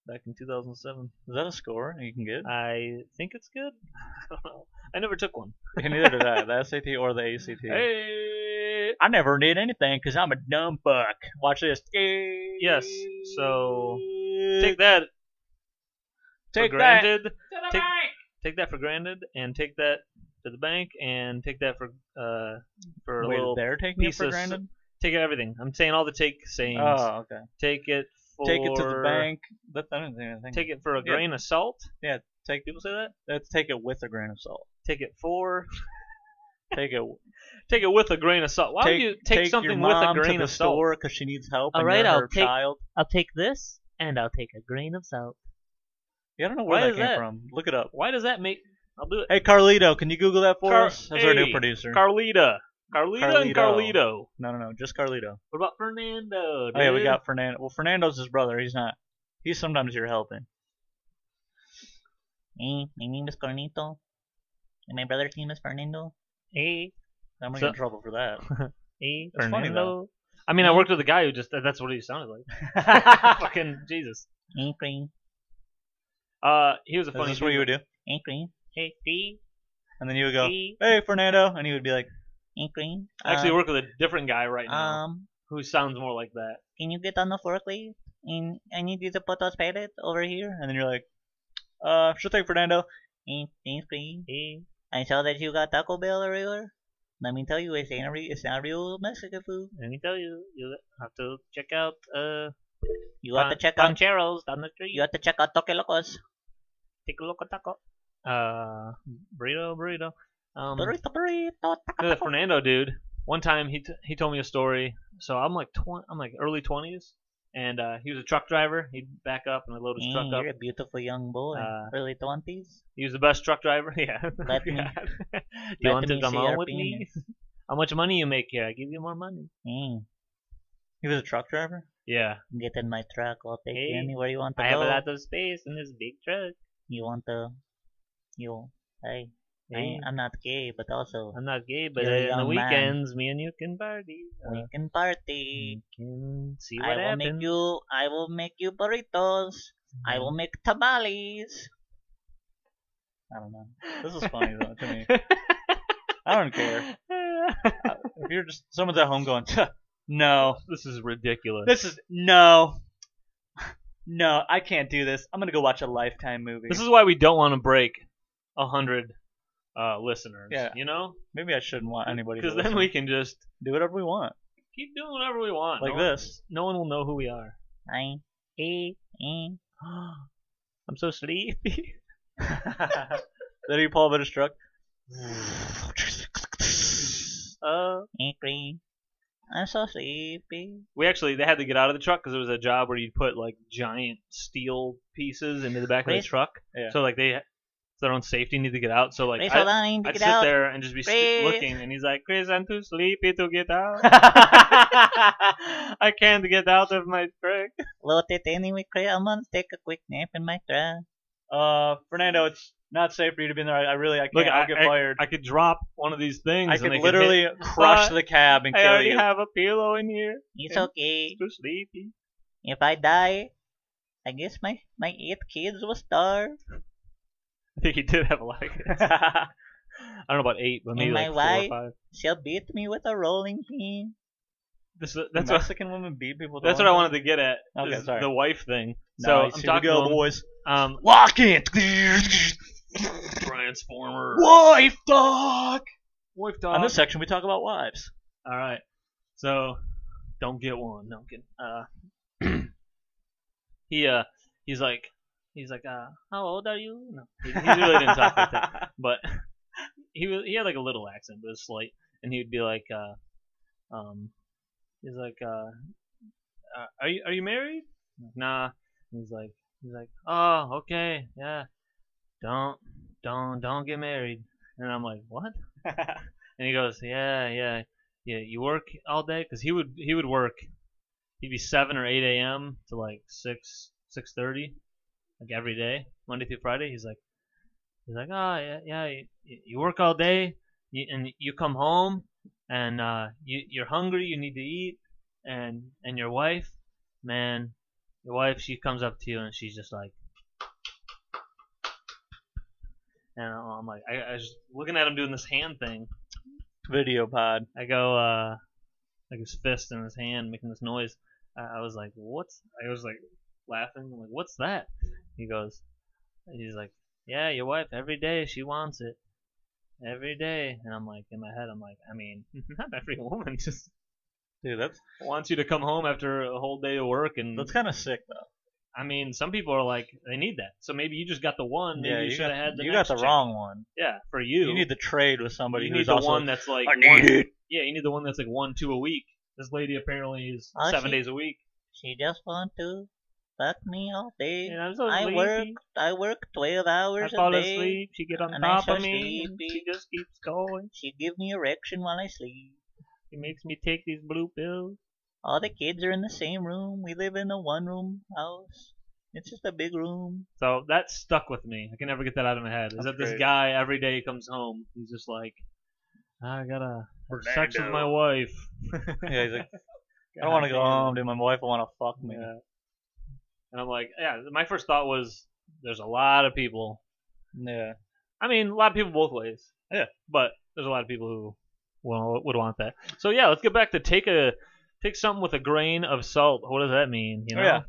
S2: back in 2007.
S1: is that a score you can
S2: [LAUGHS]
S1: get?
S2: I think it's good. [LAUGHS] I don't know. I never took one.
S1: Yeah, Neither did I. The SAT or the ACT.
S2: Hey.
S1: I never did anything because I'm a dumb fuck. Watch this.
S2: Yes. So take that
S1: Take
S2: for
S1: that.
S2: granted. take, take that for granted, and take that to the bank, and take that for uh for a
S1: Wait,
S2: little.
S1: they're taking it
S2: piece
S1: for
S2: of s-
S1: granted.
S2: Take everything. I'm saying all the take sayings.
S1: Oh, okay.
S2: Take it for
S1: Take it to the bank. That, I don't think anything.
S2: Take it for a
S1: Yeah.
S2: grain of salt.
S1: Yeah, take
S2: People say that.
S1: Let's take it with a grain of salt.
S2: Take it for.
S1: Take it.
S2: Take it with a grain of salt. Why
S1: take,
S2: would you take,
S1: your
S2: something with a
S1: mom
S2: grain
S1: to the
S2: of salt?
S1: store because she needs help.
S3: All
S1: and
S3: right,
S1: you're
S3: I'll
S1: her
S3: take-
S1: child.
S3: I'll take this, and I'll take a grain of salt.
S1: Yeah, I don't know where
S2: Why
S1: that
S2: is
S1: came
S2: that?
S1: from. Look it up.
S2: Why does that make? I'll do it.
S1: Hey, Carlito, can you Google that for
S2: Car-
S1: us? That's our
S2: hey,
S1: new producer.
S2: Carlita. Carlita and
S1: Carlito.
S2: Carlito.
S1: no, no, no, just Carlito.
S2: What about Fernando? Dude?
S1: Oh yeah, we got Fernando. Well, Fernando's his brother. He's not. He's sometimes here helping.
S3: Hey, my name is Cornito, and my brother's name is Fernando. Hey,
S1: I'm gonna
S2: So-
S1: get in trouble for
S2: [LAUGHS]
S1: that.
S3: hey,
S1: That's funny,
S3: Fernando.
S2: I mean, I worked with a guy who just—that's what he sounded
S1: [LAUGHS]
S2: like. Fucking Jesus.
S3: Hey, green.
S2: Uh, he was a
S1: Is
S2: funny.
S1: this what you would do?
S3: Hey, green. Hey, green.
S1: And then you would go,
S3: Hey,
S1: "Hey, Fernando," and he would be like,
S3: hey, green.
S2: I actually
S1: Uh,
S3: Um,
S2: work with a different guy right now
S3: Um,
S2: who sounds more like that.
S3: can you get on the floor, please? And I need you to put those pellets over here.
S1: and then you're like, "Uh, sure thing, Fernando."
S3: Hey, thanks, green. Hey. I saw that you got Taco Bell earlier. Let me tell you, it's not, re- it's not real Mexican food.
S2: Let me tell you, you have to check out uh
S3: You have to check out.
S2: Pancheros down the street.
S3: You have to check out Toque Locos.
S2: Take a look at taco. Uh, burrito, burrito. Um,
S3: burrito, burrito, taco,
S2: the
S3: taco.
S2: Fernando dude. One time he t- he told me a story. So I'm like tw- I'm like early twenties, and uh, he was a truck driver. He'd back up and I'd load his
S3: Mm,
S2: truck
S3: you're a
S2: up.
S3: beautiful young boy.
S2: Uh,
S3: Early 20s.
S2: He was the best truck driver. [LAUGHS] Yeah.
S3: Let me-
S2: Yeah. [LAUGHS] you
S3: let
S2: want
S3: me
S2: to come
S3: see
S2: on
S3: your
S2: with me? [LAUGHS] How much money you make here? I give you more money.
S3: Mm,
S1: He was a truck driver.
S2: Yeah.
S3: get in my truck. I'll take you
S2: Hey,
S3: anywhere you want to
S2: I have
S3: go.
S2: a lot of space in this big truck.
S3: You want to. You. Hey.
S2: Hey.
S3: I, I'm not gay, but also.
S2: I'm not gay, but
S3: You're a young
S2: uh, on the
S3: man.
S2: weekends, me and you can party. Uh,
S3: we can party.
S2: we can see
S3: I will
S2: what happens. [LAUGHS] Mm-hmm.
S3: make you. I will make you burritos. I will make tamales.
S1: I don't know. This is funny though to me. I don't care.
S2: Ah.
S1: If you're just someone's at home going, "Huh, "No,
S2: this is ridiculous.
S1: this is no, no, I can't do this. I'm gonna go watch a Lifetime movie."
S2: This is why we don't want to break a hundred uh, listeners.
S1: Yeah.
S2: You know,
S1: Maybe I shouldn't want anybody.
S2: because
S1: Because
S2: then we can just
S1: do whatever we want,
S2: keep doing whatever we want.
S1: like
S2: no One,
S1: this. [LAUGHS]
S2: no one will know who we are.
S3: I, eh, eh.
S2: I'm so sleepy.
S1: Then you pull up a truck.
S2: Uh,
S3: angry. I'm so sleepy.
S2: we actually they had to get out of the truck because it was a job where you'd put like giant steel pieces into the back of
S3: Wait.
S2: the truck.
S1: Yeah.
S2: So like they, for their own safety, need to get out. So like
S3: Please
S2: I,
S3: hold on, I need to
S2: would
S3: get
S2: sit
S3: out.
S2: there and just be st-
S3: Please.
S2: looking, and he's like, "Chris, I'm too sleepy to get out. [LAUGHS] I can't get out of my truck."
S3: Little it anyway, Chris. I'm gonna take a quick nap in my truck.
S1: Uh, Fernando, it's not safe for you to be in there. I, I really, I can't.
S2: Look,
S1: I'll
S2: I-
S1: get fired.
S2: I could drop one of these things.
S1: I,
S2: and
S1: could
S2: they hit-
S1: literally crush the cab and
S2: I
S1: kill
S2: already
S1: you.
S2: have a pillow in here.
S3: It's
S2: Yeah.
S3: okay.
S2: Too sleepy. [LAUGHS]
S3: If I die, I guess my my eight kids will starve,
S2: I think he did have a lot of kids. [LAUGHS] I don't know about eight, but
S3: And
S2: maybe like
S3: my
S2: four or five.
S3: she'll beat me with a rolling pin.
S2: This, that's
S1: the
S2: what
S1: Mexican women beat people. with
S2: that's
S1: their
S2: what I
S1: own-
S2: wanted to get at.
S1: Okay,
S2: is
S1: sorry.
S2: The wife thing.
S1: Nice,
S2: so I'm
S1: here we
S2: talking
S1: go,
S2: to him,
S1: boys.
S2: um
S1: Lock in.
S2: Transformer.
S1: Wife dog.
S2: Wife
S1: On
S2: dog.
S1: this section, we talk about
S2: [LAUGHS]
S1: wives.
S2: All right. So don't get one. Don't get. Uh, [CLEARS THROAT] he uh, he's like, he's like, uh, how old are you? No, he, he really didn't
S3: [LAUGHS]
S2: talk like that. But [LAUGHS] he was, he had like a little accent, but it was slight, and he would be like, uh, um, he's like, uh, uh, are you are you married? I'm like, Nah. He's like, he's like, oh, okay, yeah. Don't don't don't get married. And I'm like, what? and he goes, yeah, yeah, yeah, you work all day because he would he would work. He'd be seven or eight a.m. to like six six thirty, like every day, Monday through Friday. He's like, he's like, oh yeah, yeah, you, you work all day, you, and you come home, and uh, you you're hungry, you need to eat, and and your wife, man, your wife she comes up to you and she's just like. And I'm like, I, I was looking at him doing this hand thing,
S1: Video pod.
S2: I go uh like his fist in his hand making this noise. I, I was like, "What's?" I was like laughing. I'm like, "What's that?" He goes, "He's like, yeah, your wife every day she wants it, every day." And I'm like, in my head, I'm like, I mean, [LAUGHS] not every woman just
S1: Dude, that's
S2: wants you to come home after a whole day of work, and
S1: that's kind of sick though.
S2: I mean, some people are like, they need that. So maybe you just got the one. Maybe
S1: yeah,
S2: you,
S1: you
S2: should
S1: got,
S2: have had the
S1: you got
S2: next
S1: the
S2: chick.
S1: wrong one.
S2: Yeah, for you.
S1: You need to trade with somebody
S2: you
S1: who's
S2: need the
S1: also
S2: one that's like
S1: I
S2: one, [LAUGHS]
S1: need it.
S2: yeah, you need the one that's like one, two a week. This lady apparently is
S3: Oh,
S2: seven
S3: she-
S2: days a week.
S3: She just want to fuck me all day.
S2: And I'm so
S3: I
S2: sleepy.
S3: work I work twelve
S2: I
S3: hours
S2: fall
S3: a day.
S2: asleep. She get on
S3: and I'm
S2: top of
S3: so
S2: me. and
S3: sleepy.
S2: She just keeps going.
S3: She give me erection while I sleep.
S2: She makes me take these blue pills.
S3: All the kids are in the same room. We live in a one room house. It's just a big room.
S2: So that stuck with me. I can never get that out of my head. Is
S1: That's
S2: that this
S1: great.
S2: guy every day he comes home? He's just like, I gotta have sex with my wife.
S1: Yeah, he's like, I don't want to go home, dude. My wife will want to fuck me.
S2: Yeah. And I'm like, yeah. My first thought was, there's a lot of people
S1: Yeah.
S2: I mean, a lot of people both ways. Yeah, but there's a lot of people who well, would want that. So yeah, let's get back to take a take something with a grain of salt. What does that mean? You
S1: Oh,
S2: know,
S1: yeah.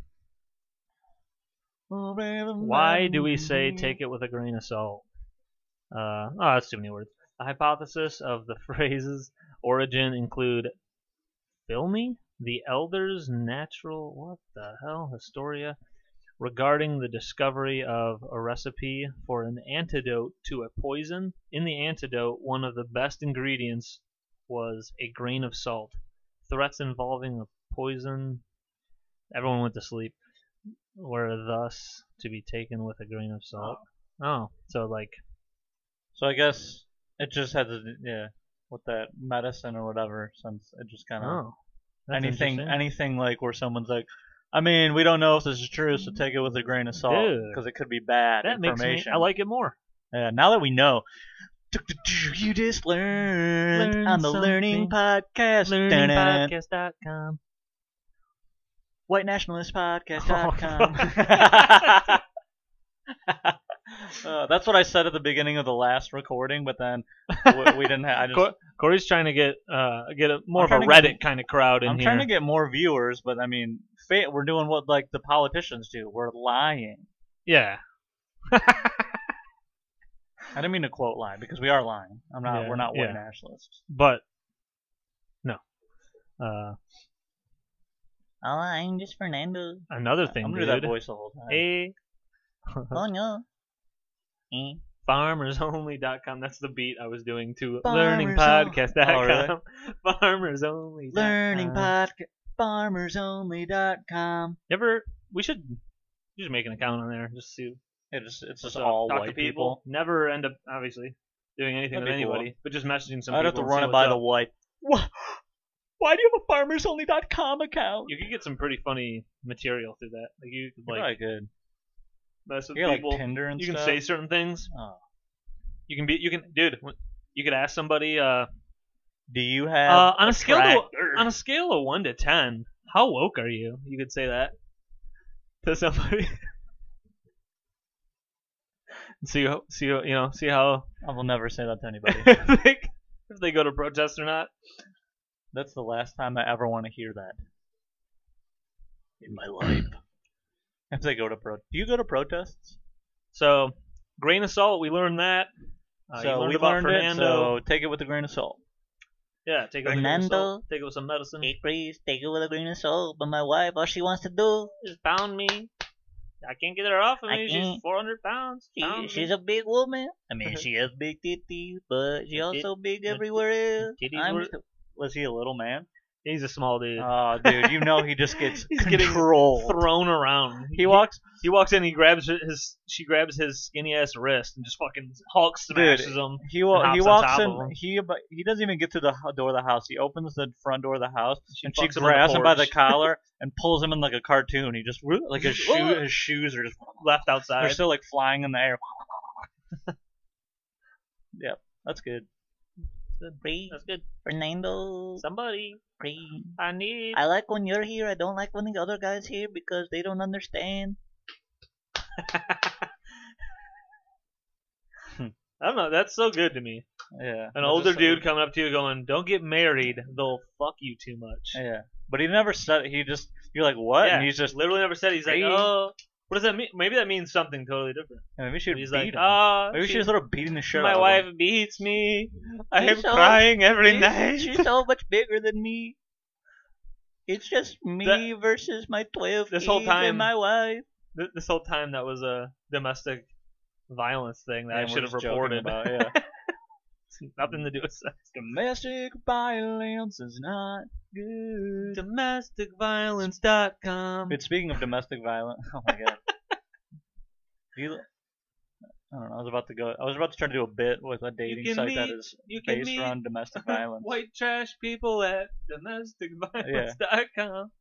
S1: Oh,
S2: why do we say take it with a grain of salt? Uh, oh, that's too many words. The hypothesis of the [LAUGHS] phrase's origin include filmy, the elder's natural what the hell historia regarding the discovery of a recipe for an antidote to a poison. In the antidote, one of the best ingredients was a grain of salt. Threats involving a poison. Everyone went to sleep. Were thus to be taken with a grain of salt. Oh, so like
S1: So I guess it just had to, yeah, with that medicine or whatever, since it just kind of
S2: oh, that's
S1: anything,
S2: interesting.
S1: anything like where someone's like, I mean, we don't know if this is true, so take it with a grain of salt
S2: Dude.
S1: because it could be bad
S2: that makes me.
S1: information.
S2: I like it more.
S1: Yeah, now that we know. You just learned
S2: Learn
S1: on the Learning
S2: something.
S1: Podcast. Dun-dun-dun.
S2: Learningpodcast.com.
S1: White Nationalist
S2: [LAUGHS]
S3: Oh,
S1: Podcast.com. [LAUGHS]
S3: [LAUGHS]
S1: Uh, that's what I said at the beginning of the last recording, but then we, we didn't have. I just,
S2: Cor- Corey's trying to get uh get a, more
S1: I'm
S2: of a
S1: trying to
S2: Reddit
S1: get-
S2: kind of crowd in
S1: I'm
S2: here.
S1: trying to get more viewers, but I mean, fa- we're doing what like the politicians do. We're lying.
S2: yeah.
S1: I didn't mean to quote lie because we are lying. I'm not.
S2: Yeah,
S1: we're not white
S2: yeah.
S1: nationalists.
S2: But no. Uh,
S3: Oh, I'm just Fernando.
S2: another thing,
S1: I'm gonna
S2: dude.
S1: do that voice the whole time.
S2: [LAUGHS] Hey,
S3: Oh no. Eh.
S2: farmersonly.com. That's the beat I was doing to
S3: Farmers
S1: Oh,
S2: [LAUGHS] learningpodcast.com. Farmers only.
S3: Learning podcast. FarmersOnly.com.
S2: You ever? We should. You should make an account on there. Just see.
S1: It's it's just
S2: uh,
S1: all
S2: talk
S1: white
S2: to people.
S1: people.
S2: Never end up obviously doing anything
S1: That'd
S2: with
S1: be cool.
S2: anybody, but just messaging some
S1: I'd
S2: people.
S1: have to
S2: and
S1: run
S2: see
S1: it
S2: what's
S1: by
S2: up.
S1: the white. [LAUGHS] Wha- Why do you have a farmersonly.com account?
S2: You could get some pretty funny material through that. Like you could
S1: You're
S2: like
S1: probably good.
S2: mess with
S1: You got,
S2: people.
S1: like Tinder and
S2: you
S1: stuff.
S2: can say certain things.
S1: Oh.
S2: You can be. You can, dude. wh- You could ask somebody. Uh,
S1: Do you
S2: uh um,
S1: have
S2: on a scale of,
S1: tractor?
S2: on a scale of one to ten, how woke are you? You could say that to somebody. [LAUGHS] see, how- see, how- you know, see how
S1: I will never say that to anybody.
S2: if they- [LAUGHS] if they go to protest or not.
S1: That's the last time I ever want to hear that in my
S2: [CLEARS THROAT]
S1: life. if they go to pro, do you go to protests?
S2: So, grain of salt. We learned that. Uh, you
S1: so
S2: learned
S1: we
S2: about
S1: learned
S2: Fernando.
S1: it. So take it with a grain of salt.
S2: yeah, take it with a grain of salt.
S3: Fernando.
S2: Take it with some medicine.
S3: Hey, please take it with a grain of salt. But my wife, all she wants to do,
S2: Just bound me. I can't get her off of
S3: I
S2: me. She's
S3: can't.
S2: 400 pounds.
S3: she,
S2: Bound
S3: she's
S2: me.
S3: a big woman. I mean, Oh,
S2: Uh-huh.
S3: she has big titties, but she
S2: Her
S3: also big
S2: her
S3: everywhere else.
S2: titties
S3: I'm
S2: were-
S3: just a-
S1: Was he a little
S2: [LAUGHS]
S1: man?
S2: He's a small dude.
S3: Uh,
S1: Oh, dude, you know he just gets
S2: [LAUGHS] He's getting
S1: controlled.
S2: Thrown around.
S1: he walks.
S2: He walks in. He grabs his. She grabs his skinny ass wrist and just fucking Hulk smashes him.
S1: He wa-
S2: hops
S1: he
S2: on
S1: walks
S2: top of him.
S1: in. He ab- he doesn't even get to the ho- door of the house. He opens the front door of the house and she
S2: fucks him on the
S1: grabs him by the
S2: porch.
S1: collar
S2: [LAUGHS]
S1: and pulls him in like a cartoon. He just like his shoe his shoes are just
S2: Left
S1: they're
S2: outside.
S1: still like flying in the air. [LAUGHS] yep, that's good.
S3: Free
S2: That's good.
S3: Fernando.
S2: Somebody,
S3: Free.
S2: I need.
S3: I like when you're here. I don't like when the other guys here because they don't [LAUGHS] understand.
S2: I don't know. That's so good to me.
S1: Yeah,
S2: An
S1: It's
S2: older
S1: just,
S2: dude coming up to you going, "Don't get married. They'll fuck you too much."
S1: like- [LAUGHS] yeah, but he never said. He just you're like what?
S2: Yeah,
S1: And he's just
S2: literally never said. it. He's like,
S1: Hey.
S2: "Oh, what does that mean?" Maybe that means something totally different.
S1: maybe she would
S2: He's
S1: beat
S2: like,
S1: him.
S2: "Ah,
S1: maybe she
S2: she-
S1: just started beating the shit
S2: my
S1: out of
S2: wife
S1: him.
S2: beats me. I am
S3: He's so-
S2: crying every
S3: She's-
S2: night."
S3: She's so much bigger than me. It's just me
S2: That-
S3: versus my 12
S2: This whole
S3: kids and
S2: time-
S3: my wife.
S2: Th- This whole time, that was a domestic violence thing that
S1: Yeah,
S2: I
S1: we're
S2: should have
S1: just joking
S2: reported.
S1: about,
S2: [LAUGHS]
S1: yeah.
S2: Nothing to do with sex.
S1: Domestic violence is
S2: [LAUGHS]
S1: not good.
S2: DomesticViolence.com.
S1: But speaking of domestic violence, [LAUGHS] oh my
S2: [LAUGHS]
S1: god. you, I don't know. I was about to go. I was about to try to do a bit with a dating
S2: can
S1: site that
S2: meet-
S1: is
S2: You can
S1: based
S2: meet
S1: around
S2: [LAUGHS]
S1: domestic violence.
S2: white trash people at DomesticViolence.com.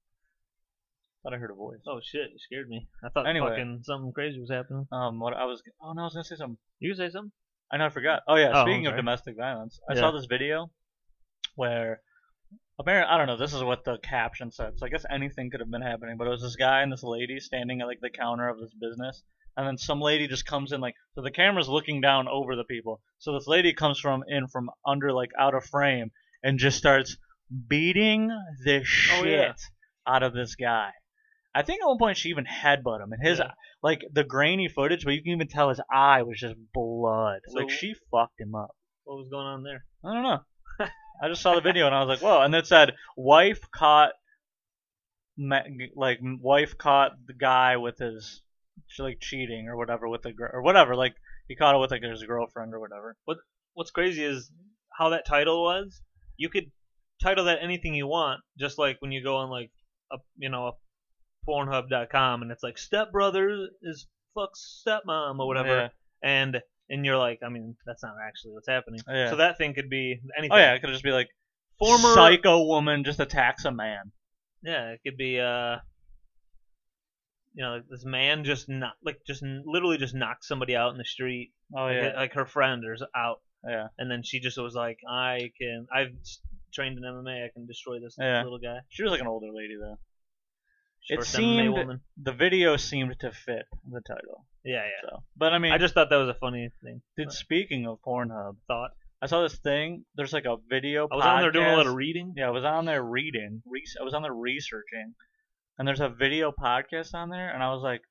S1: Thought I heard a voice.
S2: Oh shit, you scared me. I thought
S1: Anyway.
S2: fucking something crazy was happening.
S1: Um, what I was. Oh no, I was gonna say something.
S2: You can say something.
S1: I know, I forgot. Oh yeah,
S2: Oh, I'm
S1: speaking of
S2: sorry.
S1: domestic violence, I
S2: Yeah.
S1: saw this video where apparently I don't know. This is what the caption said. So I guess anything could have been happening, but it was this guy and this lady standing at like the counter of this business, and then some lady just comes in like so the camera's looking down over the people. So this lady comes from in from under like out of frame and just starts beating the shit
S2: Oh, yeah.
S1: out of this guy. I think at one point she even headbutt him, and his
S2: Yeah.
S1: like the grainy footage, but you can even tell his eye was just blood.
S2: So-
S1: like she fucked him up.
S2: What was going on there?
S1: I don't know. [LAUGHS] I just saw the video and I was like, whoa. And it said, wife caught, ma- like wife caught the guy with his she, like cheating or whatever with the girl or whatever. Like he caught it with like his girlfriend or whatever.
S2: what's crazy is how that title was. You could title that anything you want, just like when you go on like a you know a Pornhub.com and it's like stepbrother is fuck stepmom or whatever,
S1: Yeah.
S2: and and you're like, I mean, that's not actually what's happening.
S1: Oh, Yeah.
S2: So that thing could be anything.
S1: Oh yeah, it could just be like
S2: former
S1: psycho woman just attacks a man.
S2: Yeah, it could be uh. You know, this man just not like just n- literally just knocked somebody out in the street.
S1: Oh
S2: Like,
S1: yeah,
S2: like her friend is out
S1: yeah.
S2: and then she just was like, "I can. I've s- trained in MMA. I can destroy this
S1: Yeah.
S2: little guy."
S1: She was like an older lady though.
S2: She's
S1: It
S2: first
S1: seemed-
S2: MMA woman.
S1: The video seemed to fit the title.
S2: Yeah, yeah.
S1: So, but I mean,
S2: I just thought that was a funny thing.
S1: Dude, speaking of Pornhub,
S2: Thought
S1: I saw this thing. There's like a video.
S2: I was on there doing a lot of
S1: podcast-
S2: reading.
S1: Yeah, I was on there reading. Re- I was on there researching, and there's a video podcast on there, and I was like,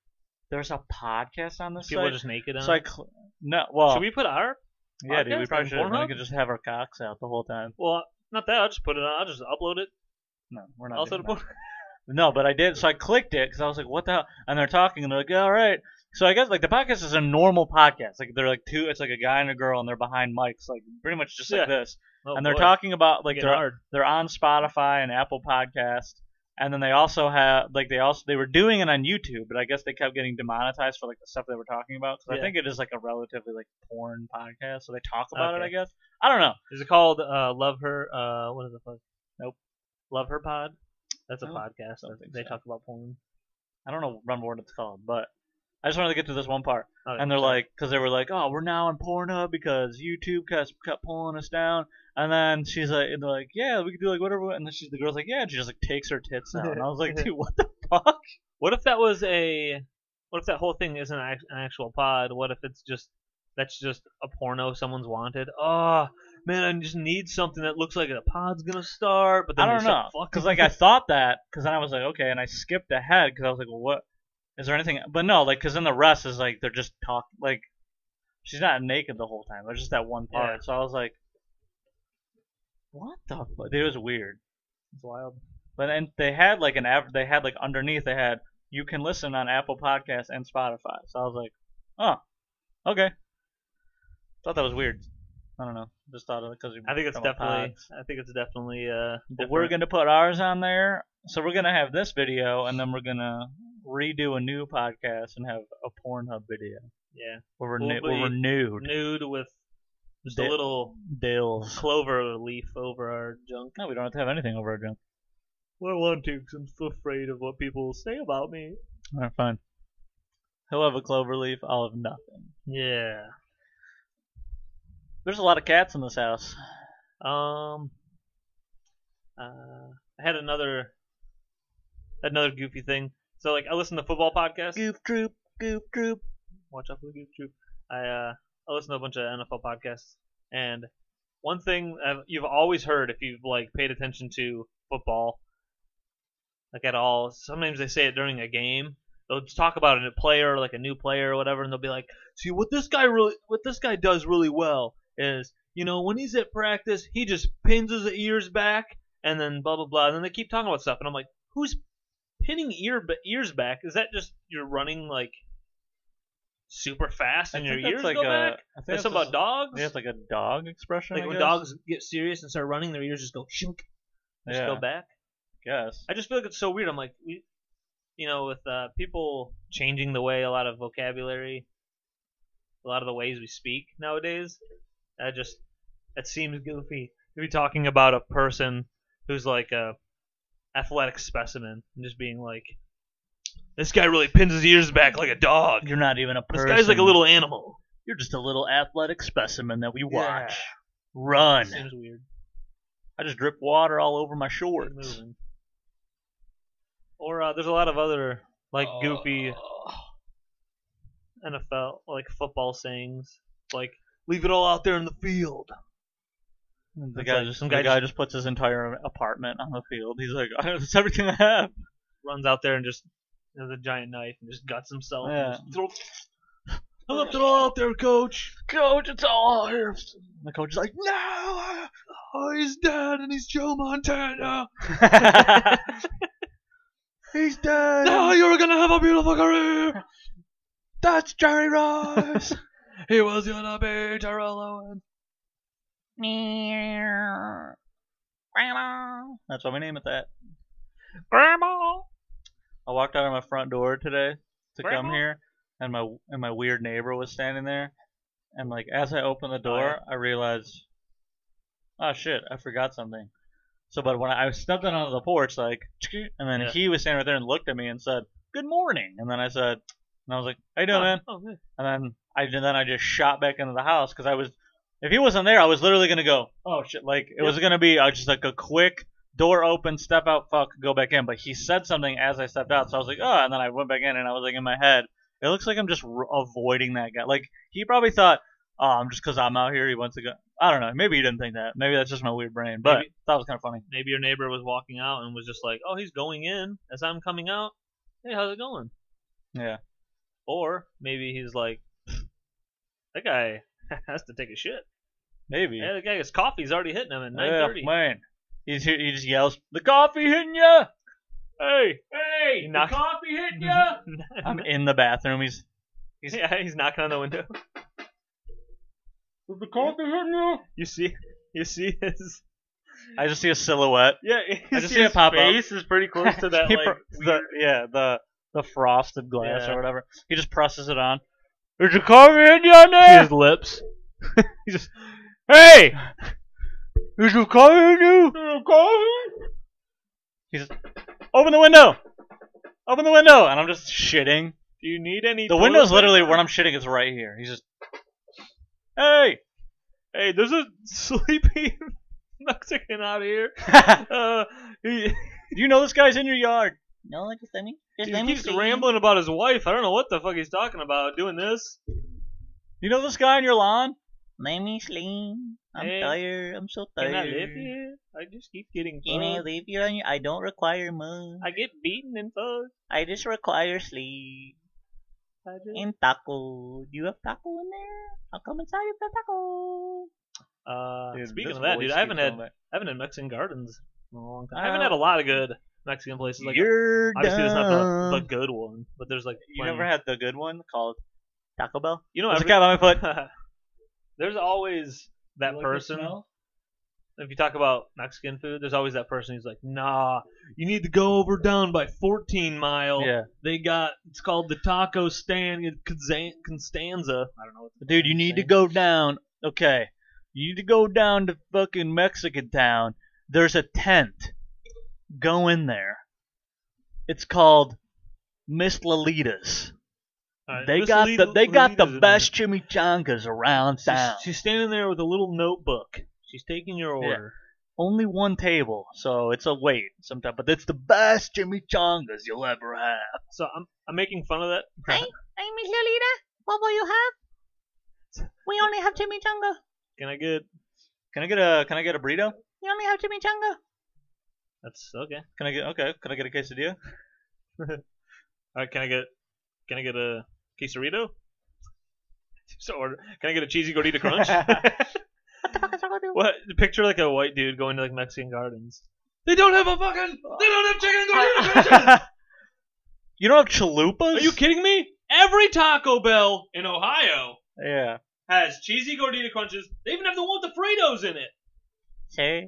S1: There's a podcast on this
S2: People are
S1: site.
S2: just naked on.
S1: so I
S2: it.
S1: cl- no, well,
S2: Should we put our?
S1: yeah, dude, we
S2: podcast
S1: probably
S2: on
S1: should. and We
S2: Pornhub?
S1: could just have our cocks out the whole time.
S2: Well, not that. I'll just put it on. I'll just upload it.
S1: No, we're not.
S2: also
S1: doing
S2: to
S1: that.
S2: Pornhub.
S1: No, but I did. So I clicked it because I was like, "What the?" hell? And they're talking, and they're like, "All right." So I guess like the podcast is a normal podcast. Like they're like two. It's like a guy and a girl, and they're behind mics, like pretty much just like this.
S2: [LAUGHS] Oh,
S1: and they're
S2: boy.
S1: talking about like
S2: Getting
S1: they're
S2: hard.
S1: they're on Spotify and Apple Podcast, and then they also have like they also they were doing it on YouTube, but I guess they kept getting demonetized for like the stuff they were talking about. So I
S2: Yeah.
S1: think it is like a relatively like porn podcast, so they talk about it.
S2: Okay.
S1: I guess I don't know.
S2: Is it called uh, Love Her? Uh, what is it called? Nope. Love Her Pod. That's a
S1: I don't-
S2: podcast.
S1: don't think
S2: They
S1: so.
S2: talk about porn.
S1: I don't know remember what it's called, but I just wanted to get to this one part.
S2: Okay,
S1: And they're
S2: sorry.
S1: like, because they were like, oh, we're now on Pornhub because YouTube kept, kept pulling us down. And then she's like, and they're like, yeah, we could do like whatever. we want." And then she's the girl's like, yeah, and she just like takes her tits out. And I
S2: [LAUGHS]
S1: was like, dude, what the fuck?
S2: what if that was a? What if that whole thing isn't act- an actual pod? What if it's just that's just a porno someone's wanted? Oh man, I just need something that looks like a pod's gonna start. But then
S1: I
S2: they
S1: don't
S2: start
S1: know,
S2: fucking-
S1: because like I thought that, because then I was like, okay, and I skipped ahead because I was like, well, what? Is there anything? But no, like, because then the rest is like they're just talk, like, she's not naked the whole time. There's just that one part.
S2: Yeah.
S1: So I was like, what the fuck? Dude, it was weird.
S2: it's wild.
S1: But and they had like an av- they had like underneath they had you can listen on Apple Podcasts and Spotify. So I was like, oh, okay. Thought that was weird. I don't know. Just thought of it because
S2: I think it's definitely. I think it's definitely. Uh,
S1: But we're
S2: different.
S1: gonna put ours on there. So we're gonna have this video and then we're gonna redo a new podcast and have a Pornhub video
S2: yeah
S1: where we're,
S2: We'll
S1: nu- where
S2: be
S1: we're nude
S2: nude with just
S1: Dip.
S2: a little
S1: dills.
S2: clover leaf over our junk.
S1: No, we don't have to have anything over our junk.
S2: I don't want to because I'm so afraid of what people will say about me.
S1: All right, fine. He'll have a clover leaf. I'll have nothing.
S2: Yeah.
S1: There's a lot of cats in this house.
S2: Um. Uh, I had another another goofy thing. So like, I listen to football podcasts.
S1: Goop troop, goop troop.
S2: Watch out for the goof troop. I uh, I listen to a bunch of NFL podcasts, and one thing I've, you've always heard if you've like paid attention to football, like at all. Sometimes they say it during a game. They'll just talk about a player, like a new player or whatever, and they'll be like, "See what this guy really, what this guy does really well is, you know, when he's at practice, he just pins his ears back, and then blah blah blah." And then they keep talking about stuff, and I'm like, "Who's pinning ear ba- ears back? Is that just you're running like super fast and your ears go back?
S1: I think
S2: That's
S1: that's
S2: something about
S1: just-
S2: dogs.
S1: Yeah, it's like a dog expression.
S2: Like
S1: I
S2: when
S1: guess?
S2: dogs get serious and start running, their ears just go shunk, just
S1: yeah,
S2: go back.
S1: Yes.
S2: I just feel like it's so weird. I'm like, we, you know, with uh, people changing the way a lot of vocabulary, a lot of the ways we speak nowadays, that just that seems goofy to be talking about a person who's like a athletic specimen and just being like, this guy really pins his ears back like a dog.
S1: You're not even a
S2: This
S1: person.
S2: guy's like a little animal.
S1: You're just a little athletic specimen that we
S2: Yeah.
S1: watch. Run.
S2: Seems weird.
S1: I just drip water all over my
S2: Keep
S1: shorts.
S2: moving. Or uh, there's a lot of other like
S1: Uh,
S2: goofy NFL like football sayings, like "leave it all out there in the field."
S1: The
S2: It's
S1: guy,
S2: like
S1: just,
S2: some
S1: the
S2: guy
S1: guy just puts his entire apartment on the field. He's like, that's everything I have.
S2: Runs out there and just has a giant knife and just guts himself. and
S1: Yeah.
S2: just throw- I left it all out there, coach.
S1: Coach, it's all out here. The coach
S2: [LAUGHS]
S1: is like, no.
S2: Oh, he's dead, and he's Joe Montana.
S1: He's dead.
S2: you're gonna have a beautiful career.
S1: that's Jerry Rice.
S2: [LAUGHS] He was gonna be Terrell Owens.
S1: that's why we name it that.
S2: Grandma.
S1: I walked out of my front door today to come
S2: Grandma?
S1: here, and my and my weird neighbor was standing there, and like as I opened the door, I realized, oh shit, I forgot something. So, but when I, I stepped out onto the porch, like, and then
S2: Yeah.
S1: he was standing right there and looked at me and said, "Good morning," and then I said, and I was like, "How you doing, man?"
S2: Oh, yeah.
S1: And then I and then I just shot back into the house because I was, if he wasn't there, I was literally gonna go, "Oh shit!" Like it was gonna be uh, just like a quick door open, step out, fuck, go back in. But he said something as I stepped out, so I was like, "Oh!" And then I went back in, and I was like, in my head, it looks like I'm just r- avoiding that guy. Like he probably thought, "Oh, I'm just because I'm out here, he wants to go." I don't know. Maybe he didn't think that. Maybe that's just my weird brain. But
S2: Maybe-
S1: that was kind of funny.
S2: maybe your neighbor was walking out and was just like, "Oh, he's going in." As I'm coming out, hey, how's it going?
S1: Yeah.
S2: Or maybe he's like, that guy [LAUGHS] has to take a shit.
S1: Maybe.
S2: Yeah, the guy gets coffee's already hitting him at
S1: Yeah,
S2: 9:30.
S1: man. He's here, he just yells, "The coffee hitting ya!"
S2: hey,
S1: Hey,
S2: He
S1: the
S2: knocks-
S1: coffee
S2: [LAUGHS]
S1: hitting ya! I'm in the bathroom. He's
S2: he's, yeah, he's knocking on the window.
S1: "Is the coffee hitting ya?"
S2: You see, you see his.
S1: I just see a silhouette.
S2: Yeah, [LAUGHS]
S1: I just see it pop up.
S2: face is pretty close to
S1: [LAUGHS]
S2: that.
S1: He [LAUGHS]
S2: like,
S1: pr- the,
S2: weird-
S1: yeah, the the frosted glass
S2: Yeah.
S1: or whatever. He just presses it on. Is the coffee hitting ya in there?
S2: his lips.
S1: He just, hey, is your car in you? He just, open the window, open the window, and I'm just shitting.
S2: Do you need any?
S1: The
S2: toilet
S1: window's literally
S2: paper?
S1: when I'm shitting. It's right here. He's just, hey, [LAUGHS]
S2: Hey, there's a sleepy [LAUGHS] Mexican out here.
S1: do
S2: Uh, he,
S1: you know this guy's in your yard?
S3: No, just let me. Just
S2: he
S3: let me
S2: keeps
S3: see.
S2: rambling about his wife. I don't know what the fuck he's talking about. Doing this.
S1: You know this guy in your lawn?
S3: Let me sleep. I'm
S2: Hey,
S3: tired. I'm so
S2: Can
S3: tired.
S2: I live here? I just keep getting
S3: Can I
S2: bugged.
S3: live here on your? I don't require much.
S2: uh, I get beaten and fucked.
S3: I just require sleep.
S2: I just-
S3: And taco. Do you have taco in there? I'll come inside if got taco.
S2: Uh,
S1: Dude,
S2: speaking
S1: this
S2: of that,
S1: voice
S2: dude,
S1: keeps
S2: I haven't had
S1: going back.
S2: I haven't had Mexican gardens in a long time.
S1: I
S2: I haven't
S1: don't-
S2: had a lot of good Mexican places. Like
S3: You're
S2: obviously, there's not
S3: done.
S2: the, the good one, but there's like
S1: You
S2: plenty.
S1: never had the good one called.
S3: Taco Bell.
S1: [LAUGHS]
S2: You know,
S1: There's a
S2: every,
S1: guy by my foot.
S2: there's always that person. If you talk about Mexican food, there's always that person who's like, "Nah, you need to go over down by 14 mile.
S1: Yeah,
S2: They got it's called the taco stand in Conza- Constanza. I don't know. What the
S1: dude, you need to go down. Okay, you need to go down to fucking Mexican town. There's a tent. Go in there. It's called Miss Lolita's.
S2: All right,
S1: they
S2: Miss
S1: got
S2: Lita-
S1: the they got
S2: Lita's
S1: the
S2: in
S1: best chimichangas around
S2: there.
S1: town.
S2: She's, she's standing there with a little notebook. She's taking your
S1: Yeah.
S2: order.
S1: Only one table, so it's a wait sometimes. But it's the best chimichangas you'll ever have.
S2: So I'm I'm making fun of that.
S3: Hey, Miss Lolita, what will you have? We only have chimichanga.
S2: Can I get
S1: Can I get a Can I get a burrito?
S3: We only have chimichanga.
S2: That's okay.
S1: Can I get okay? Can I get a quesadilla? [LAUGHS]
S2: All right, Uh, can I get can I get a quesarito? [LAUGHS] Just order. Can I get a cheesy
S1: [LAUGHS]
S2: gordita crunch?
S3: What the fuck is taco do?
S2: what? Picture like a white dude going to like Mexican gardens. They don't have a fucking. They don't
S1: [LAUGHS]
S2: have chicken gordita crunches.
S1: you don't have chalupas?
S2: Are you kidding me? Every Taco Bell in Ohio
S1: Yeah.
S2: has cheesy gordita crunches. They even have the one with the Fritos in it.
S3: Sir,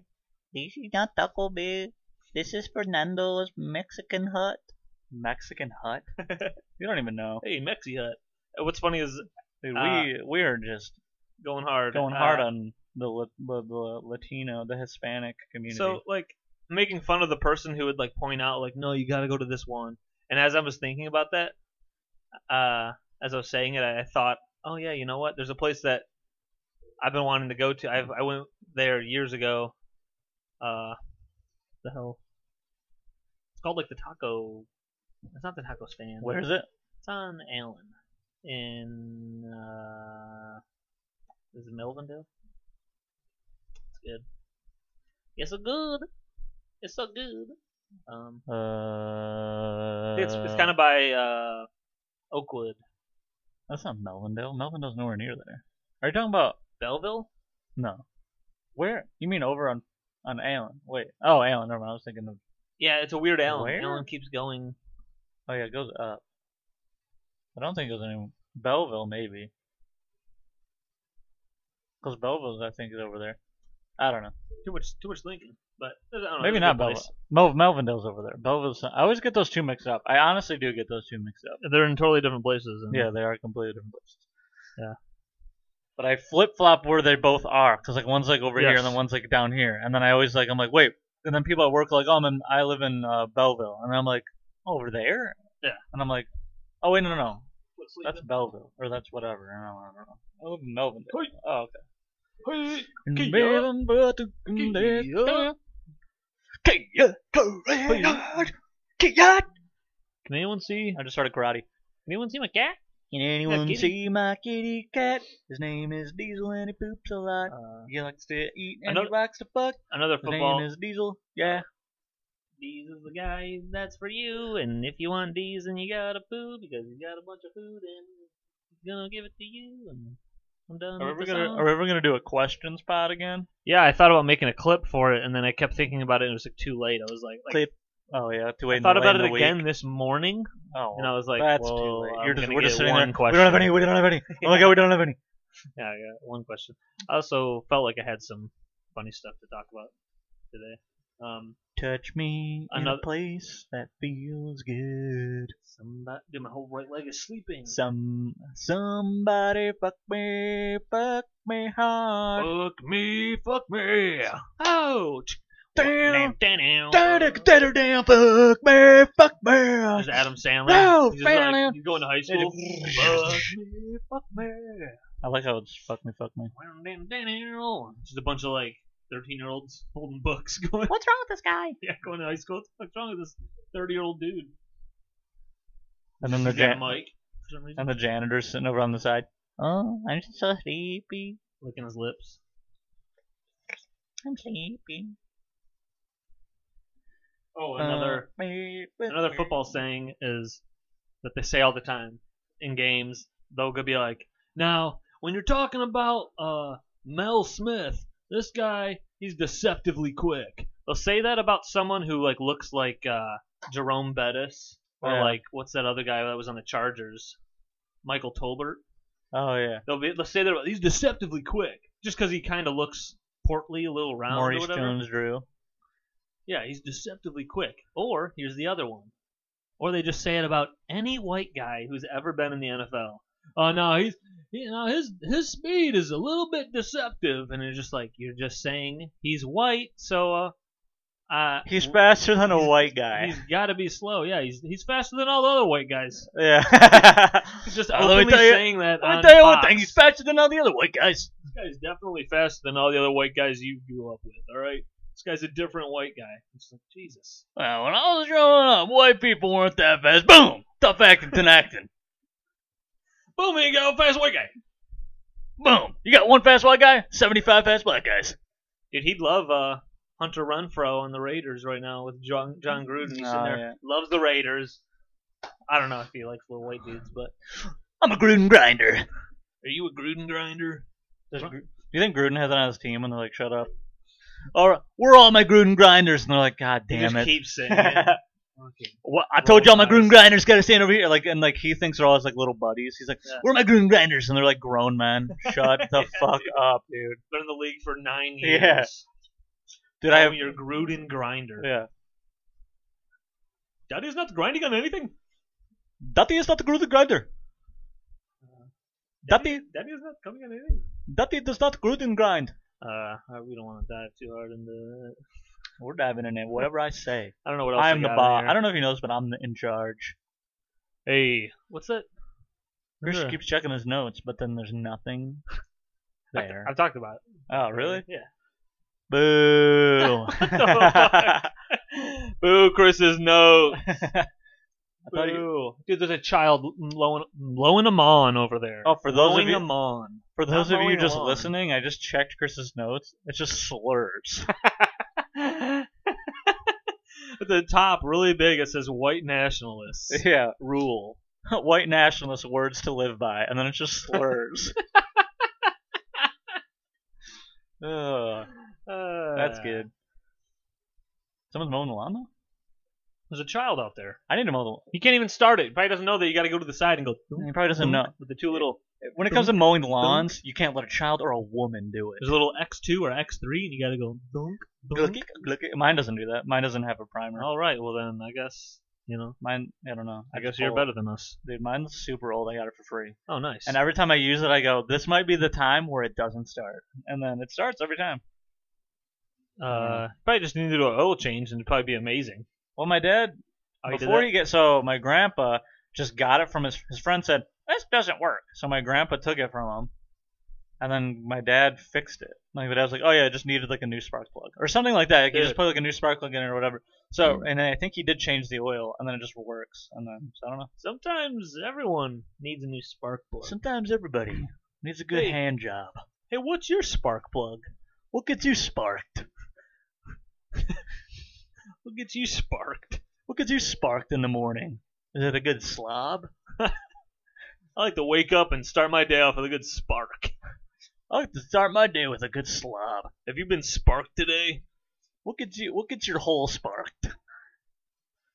S3: this is not Taco Bell. This is Fernando's Mexican Hut.
S1: Mexican hut? [LAUGHS] you don't even know.
S2: Hey, Mexi Hut. Uh, What's funny is
S1: Dude,
S2: Uh,
S1: we we are just
S2: going hard.
S1: going
S2: Uh,
S1: hard on the, La- the the Latino, the Hispanic community.
S2: So like making fun of the person who would like point out like no you got to go to this one. And as I was thinking about that, uh, as I was saying it, I I thought, oh yeah, you know what? There's a place that I've been wanting to go to. I've, I went there years ago. Uh, the hell? It's called like the taco. It's not the taco stand.
S1: where is it?
S2: It's on Allen in uh is it Melvinville? It's good. It's so good. It's so good. Um
S1: Uh,
S2: it's it's kinda by uh Oakwood.
S1: That's not Melvindale. Melvindale's nowhere near there. Are you talking about
S2: Belleville?
S1: no? Where you mean over on on Allen? Wait. Oh, Allen. Never mind. I was thinking of.
S2: Yeah, it's a weird Allen.
S1: Where?
S2: Allen keeps going.
S1: Oh yeah, it goes up. I don't think it goes any Belleville maybe. Because Belleville, I think, is over there. I don't know.
S2: Too much too much Lincoln. But I don't know,
S1: Maybe
S2: it's a
S1: not
S2: good
S1: Belville.
S2: place.
S1: Mel- Melvindale's over there. Belleville's. I always get those two mixed up. I honestly do get those two mixed up.
S2: They're in totally different places. and-
S1: Yeah, they are completely different places.
S2: Mm-hmm. Yeah.
S1: But I flip flop where they both are because like one's like over here
S2: Yes.
S1: and then one's like down here, and then I always like I'm like wait, and then people at work are like oh I'm in, I live in uh, Belleville, and I'm like "Oh, over there.
S2: Yeah.
S1: And I'm like oh wait no no no
S2: What's
S1: that's
S2: Lincoln?
S1: Belleville or that's whatever. I don't know. I don't know. I live in Melvindale.
S2: Hoi.
S1: Oh
S2: Hey,
S1: okay.
S2: Kia.
S1: Melvindale. Kia
S2: Hoi.
S1: Korea. Kia.
S2: Can anyone see
S1: I just started karate.
S2: can anyone see my cat?
S3: Can anyone
S2: kitty.
S3: see my kitty cat? His name is Diesel and he poops a lot.
S2: Uh,
S3: He likes to eat
S2: I
S3: and he
S2: don't-
S3: likes to fuck.
S2: another
S3: His
S2: football
S3: name is Diesel. Yeah.
S2: D's is the guy that's for you, and if you want D's, then you gotta poo because he's got a bunch of food, and he's gonna give it to you. And I'm done.
S1: Are we
S2: with the
S1: gonna
S2: song.
S1: Are we ever gonna do a questions pod again?
S2: Yeah, I thought about making a clip for it, and then I kept thinking about it, and it was like too late. I was like, like,
S1: Clip Oh yeah, to wait.
S2: I thought
S1: in the,
S2: about
S1: late
S2: it
S1: in the week.
S2: again this morning,
S1: Oh,
S2: and I was like,
S1: that's
S2: well,
S1: too late.
S2: I'm
S1: You're just
S2: gonna
S1: we're just
S2: get
S1: sitting
S2: one
S1: there.
S2: question.
S1: We don't have any. We don't have
S2: [LAUGHS]
S1: any. Oh my god, we don't have any.
S2: Yeah, I got one question. I also felt like I had some funny stuff to talk about today. Um,
S1: Touch me
S2: Another-
S1: in a place that feels good.
S2: somebody, dude, my whole right leg is sleeping.
S1: Some somebody fuck me, fuck me hard.
S2: Fuck me, fuck me. Ouch.
S1: Damn.
S2: Damn.
S1: Daddy, daddy, damn, fuck me, fuck
S2: There's
S1: me.
S2: Adam Sandler.
S1: No,
S2: he's, just like,
S1: Sandler.
S2: he's going to high school. fuck me, fuck me.
S1: I like how it's fuck me, fuck me.
S2: Just a bunch of like thirteen year olds holding books [LAUGHS] going
S3: What's wrong with this guy?
S2: yeah, going to high school. What's wrong with this thirty year old dude?
S1: And then the
S2: yeah,
S1: jan-
S2: Mike for some reason.
S1: and the janitor's sitting over on the side.
S3: Oh, I'm so sleepy.
S2: licking his lips.
S3: I'm sleepy.
S2: Oh, another
S3: Fuck Uh, me, fuck
S2: another
S3: me.
S2: football saying is that they say all the time in games. They'll go be like, now when you're talking about uh, Mel Smith, this guy he's deceptively quick. They'll say that about someone who like looks like uh, Jerome Bettis or
S1: Yeah.
S2: like what's that other guy that was on the Chargers, Michael Tolbert.
S1: Oh yeah,
S2: They'll be they'll say that about, he's deceptively quick just because he kind of looks portly, a little round or
S1: Maurice
S2: whatever.
S1: Jones-Drew.
S2: Yeah, he's deceptively quick. Or here's the other one. Or they just say it about any white guy who's ever been in the NFL. Oh no, he's you know his his speed is a little bit deceptive, and it's just like you're just saying he's white, so uh, uh
S1: He's faster than a
S2: he's-
S1: white guy.
S2: He's got to be slow. Yeah, he's he's faster than all the other white guys. [LAUGHS]
S1: Yeah. [LAUGHS]
S2: He's just
S1: Uh, let me
S2: openly
S1: tell you-
S2: saying that.
S1: Let me
S2: on
S1: tell you one
S2: Fox.
S1: thing. He's faster than all the other white guys.
S2: This guy's definitely faster than all the other white guys you grew up with. All right, this guy's a different white guy. It's like Jesus.
S1: Well, when I was growing up, white people weren't that fast. Boom! Tough acting, thin acting.
S2: Boom! He got a fast white guy.
S1: Boom! You got one fast white guy, 75 fast black guys.
S2: Dude, he'd love uh, Hunter Renfro on the Raiders right now with John John Gruden. He's
S1: Oh,
S2: sitting there,
S1: yeah.
S2: loves the Raiders. I don't know if he likes little white dudes, but
S1: I'm a Gruden grinder.
S2: are you a Gruden grinder?
S1: Does
S2: Gru-
S1: do you think Gruden has it on his team and they're like, shut up? Or, we're all my Gruden grinders. And they're like, god
S2: He
S1: damn
S2: just
S1: it.
S2: keeps saying it.
S1: [LAUGHS]
S2: Okay.
S1: What, I told y'all my
S2: Roll
S1: Gruden grinders gotta stand over here. Like, And like he thinks they're all his like little buddies. He's like,
S2: Yeah.
S1: we're my Gruden grinders. And they're like, grown man, shut the
S2: [LAUGHS] Yeah,
S1: fuck
S2: dude.
S1: up, dude.
S2: Been in the league for nine years.
S1: Yeah. Dude, I
S2: Call
S1: have.
S2: me your Gruden grinder.
S1: Yeah.
S2: Daddy's not grinding on anything.
S1: That is not Gruden grinder.
S2: Uh,
S1: That is,
S2: Daddy's not coming on anything.
S1: that is does not Gruden grind.
S2: Uh, uh, we don't want to dive too hard into.
S1: We're diving in it. Whatever I say.
S2: I don't know what else.
S1: I am
S2: we
S1: the
S2: got
S1: boss.
S2: in
S1: I don't know if you know this, but I'm in charge.
S2: here. Hey, what's that?
S1: Chris
S2: Yeah.
S1: keeps checking his notes, but then there's nothing
S2: [LAUGHS] I-
S1: there.
S2: I've talked about it.
S1: oh, really?
S2: Yeah. [LAUGHS] Oh
S1: Boo!
S2: the
S1: [LAUGHS]
S2: Boo, Chris's note. [LAUGHS]
S1: I thought you-
S2: Dude, there's a child blowing, blowing them on over there.
S1: [LAUGHS] oh, for those of
S2: blowing
S1: you,
S2: them on.
S1: for those of you
S2: mowing the
S1: just
S2: lawn.
S1: listening, I just checked Chris's notes. It's just
S2: [LAUGHS]
S1: slurs. [LAUGHS]
S2: At the top, really big, it says white nationalists.
S1: [LAUGHS] yeah, rule. White nationalist words to live by, and then it's just
S2: [LAUGHS]
S1: slurs. Ugh,
S2: Uh,
S1: that's good. Someone's mowing the lawn. though?
S2: There's a child out there.
S1: I need to mow the.
S2: He can't even start it. He probably doesn't know that you got to go to the side and go.
S1: He probably doesn't know.
S2: With the two little,
S1: When it comes to mowing the lawns, you can't let a child or a woman do it.
S2: there's a little X two or X three, and you got to go dunk,
S1: Look,
S2: dunk.
S1: look, mine doesn't do that. Mine doesn't have a primer.
S2: All right, well then, I guess you know.
S1: Mine, I don't know.
S2: I
S1: It's
S2: guess you're
S1: old.
S2: better than us.
S1: Dude, mine's super old. I got it for free.
S2: Oh, nice.
S1: And every time I use it, I go, "This might be the time where it doesn't start," and then it starts every time.
S2: Uh, probably just need to do an oil change and it'd probably be amazing.
S1: Well, my dad
S2: Oh, he did
S1: before
S2: that?
S1: he get so my grandpa just got it from his his friend said this doesn't work, so my grandpa took it from him, and then my dad fixed it. Like my dad's like, oh yeah, it just needed like a new spark plug or something like that. Like, you
S2: Dude.
S1: just put like a new spark plug in it or whatever.
S2: Hmm.
S1: So and I think he did change the oil, and then it just works. And then so I don't know.
S2: Sometimes everyone needs a new spark plug.
S1: Sometimes everybody needs a good
S2: Hey.
S1: hand job.
S2: hey, what's your spark plug?
S1: What gets you sparked?
S2: What gets you sparked?
S1: What gets you sparked in the morning? Is it a good slob?
S2: I like to wake up and start my day off with a good spark.
S1: I like to start my day with a good slob.
S2: Have you been sparked today?
S1: What gets you? What gets your hole sparked?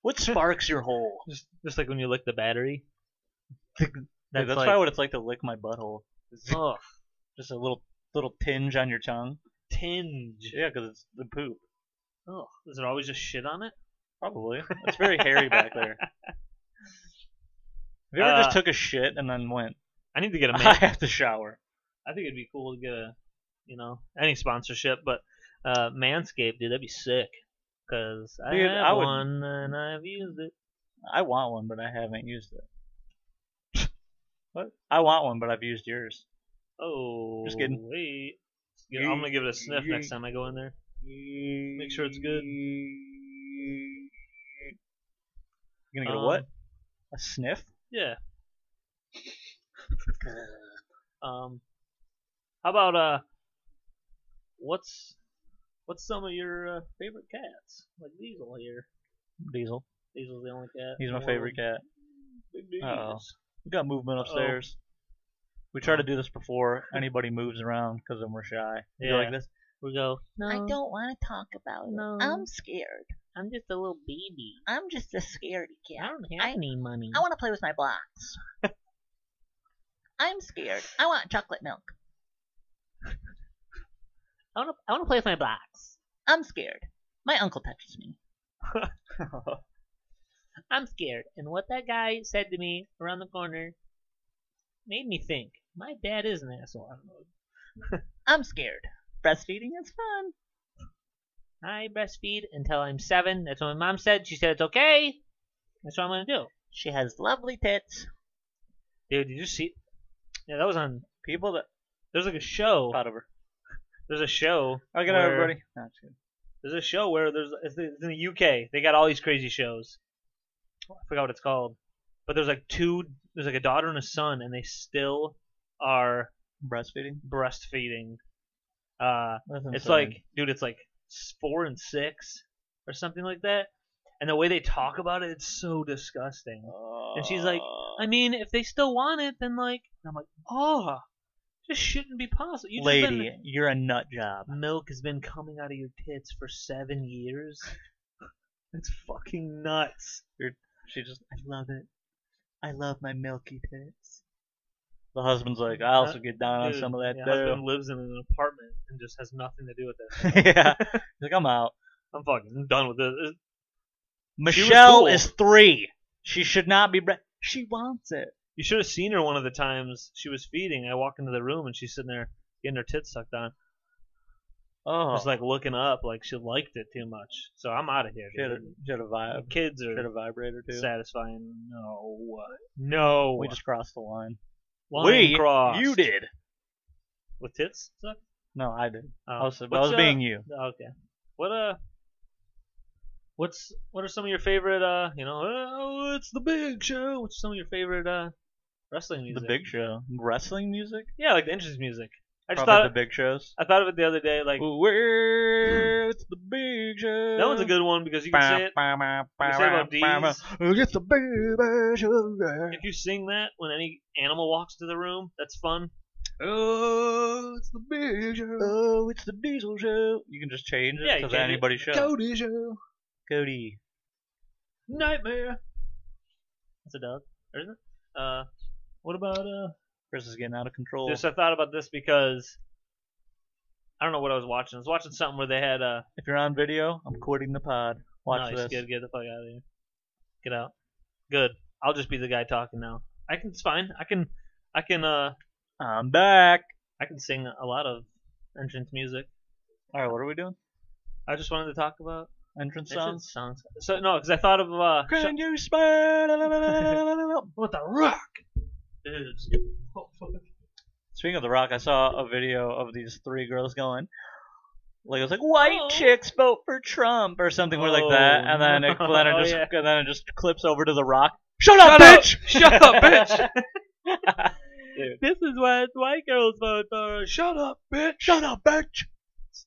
S1: What sparks your hole?
S2: Just, just like when you lick the [LAUGHS] battery.
S1: That's, that's
S2: like- [LAUGHS]
S1: probably what it's like to lick my butthole.
S2: Ugh,
S1: Just a little little tinge on your tongue.
S2: tinge.
S1: Yeah, because it's the poop.
S2: Oh, is it always just shit on it?
S1: Probably. It's very hairy back
S2: [LAUGHS]
S1: there. Have you ever
S2: Uh,
S1: just took a shit and then
S2: [LAUGHS]
S1: went?
S2: I need to get a
S1: I
S2: man.
S1: have to shower.
S2: I think it'd be cool to get a, you know, any sponsorship, but uh, Manscaped, dude, that'd be sick. Cause I
S1: Dude,
S2: have
S1: I would-
S2: one and I've used it.
S1: I want one, but I haven't used it.
S2: [LAUGHS]
S1: What? I want one, but I've used yours.
S2: Oh,
S1: Just kidding.
S2: Wait, Yeah, I'm gonna give it a sniff next time I go in there. Make sure it's good.
S1: You gonna get
S2: Um,
S1: a what? A sniff?
S2: Yeah. [LAUGHS] um, how about uh, what's what's some of your uh, favorite cats? Like Diesel here.
S1: Diesel.
S2: Diesel's the only cat.
S1: He's my favorite cat.
S2: Big
S1: Uh-oh.
S2: Diesel.
S1: We got
S2: Oh.
S1: movement upstairs. We try to do this before anybody moves around because then we're shy. We go
S2: Yeah.
S1: like this.
S2: We go. No,
S3: Uh,
S4: I don't want to talk about
S2: No.
S4: it. I'm scared.
S2: I'm just a little baby.
S4: I'm just a scaredy
S2: I
S4: cat.
S2: don't have
S4: I-
S2: any money.
S4: I want to play with my blocks. I'm scared. I want chocolate milk.
S2: I want to. I want to play with
S1: [LAUGHS]
S2: my blocks.
S4: I'm scared. My uncle touches me.
S2: I'm scared. And what that guy said to me around the corner made me think. My dad is an asshole. I don't know.
S4: I'm scared. Breastfeeding is fun.
S2: I breastfeed until I'm seven. That's what my mom said. She said it's okay. That's what I'm gonna do.
S4: She has lovely tits.
S2: Dude, did you see? Yeah, that was on.
S1: People that
S2: There's like a show.
S1: pot over.
S2: There's a show.
S1: I get
S2: where-
S1: everybody. No, it's good.
S2: There's a show where there's it's in the UK. They got all these crazy shows. I forgot what it's called, but there's like two. There's like a daughter and a son, and they still are
S1: Breastfeeding.
S2: breastfeeding. Uh,
S1: That's
S2: it's
S1: insane.
S2: like, dude, it's like s- four and six or something like that. And the way they talk about it, it's so disgusting. and she's like, I mean, if they still want it, then like, and I'm like, oh, this shouldn't be possible. You just been-
S1: lady, you're a nut job.
S2: milk has been coming out of your tits for seven [LAUGHS] years. It's fucking nuts.
S1: She just.
S2: I love it. I love my milky tits.
S1: The husband's like, I also get down on some of that
S2: yeah,
S1: too. [LAUGHS]
S2: husband lives in an apartment and just has nothing to do with that. [LAUGHS]
S1: yeah. He's like, I'm out.
S2: I'm fucking done with Uh, this. was
S1: Michelle
S2: cool.
S1: is three. She should not be. Bre- she wants it.
S2: You should have seen her one of the times she was feeding. I walk into the room and she's sitting there getting her tits sucked on.
S1: Oh,
S2: Just like looking up, like she liked it too much. So I'm out of here.
S1: she had a,
S2: dude.
S1: she had a vibe.
S2: Kids
S1: She had a
S2: are
S1: vibrator uh, too.
S2: satisfying. No, no.
S1: We just crossed the line.
S2: Line
S1: we
S2: crossed.
S1: You did.
S2: with tits sucked?
S1: No, I did.
S2: Oh.
S1: I was, I
S2: What's,
S1: was
S2: uh,
S1: being you.
S2: Okay. What uh? What's what are some of your favorite uh? You know, oh, it's the Big Show. What's some of your favorite uh wrestling music?
S1: The Big Show, wrestling music.
S2: Yeah, like the entrance music. I just
S1: Probably
S2: thought
S1: the Big Shows.
S2: I thought of it the other day. Like
S1: Where it's the Big Show.
S2: that one's a good one because you can say it. You can say about D's.
S1: It's the Big Show.
S2: If you sing that when any animal walks to the room, that's fun.
S1: Oh, it's the Big Show. Oh, it's the Diesel Show. You can just change
S2: Yeah,
S1: it
S2: you
S1: because
S2: change it.
S1: anybody's show.
S2: Cody Show.
S1: Cody.
S2: Nightmare. That's a dog, or isn't it? Uh, what about uh?
S1: Chris is getting out of control.
S2: Just I thought about this because I don't know what I was watching. I was watching something where they had uh
S1: If you're on video, I'm quitting the pod. Watch
S2: nice,
S1: this.
S2: Good, get the fuck out of here. Get out. Good. I'll just be the guy talking now. I can. It's fine. I can. I can. Uh,
S1: I'm back.
S2: I can sing a lot of entrance music.
S1: All right, what are we doing?
S2: I just wanted to talk about
S1: Entrance
S2: entrance
S1: sounds.
S2: songs. So no, because I thought of uh.
S1: Can you [LAUGHS] smell?
S2: what the rock? Is. Oh, fuck.
S1: Speaking of The Rock, I saw a video of these three girls going, like it was like white
S2: Oh.
S1: chicks vote for Trump or something weird like that,
S2: Oh,
S1: and then
S2: [LAUGHS]
S1: it,
S2: no.
S1: then it
S2: Oh,
S1: just
S2: yeah.
S1: and then it just clips over to The Rock. Shut up, bitch!
S2: Shut [LAUGHS] up, bitch!
S1: Dude. [LAUGHS]
S2: This is what white girls vote for. Shut up, bitch!
S1: Shut up, bitch!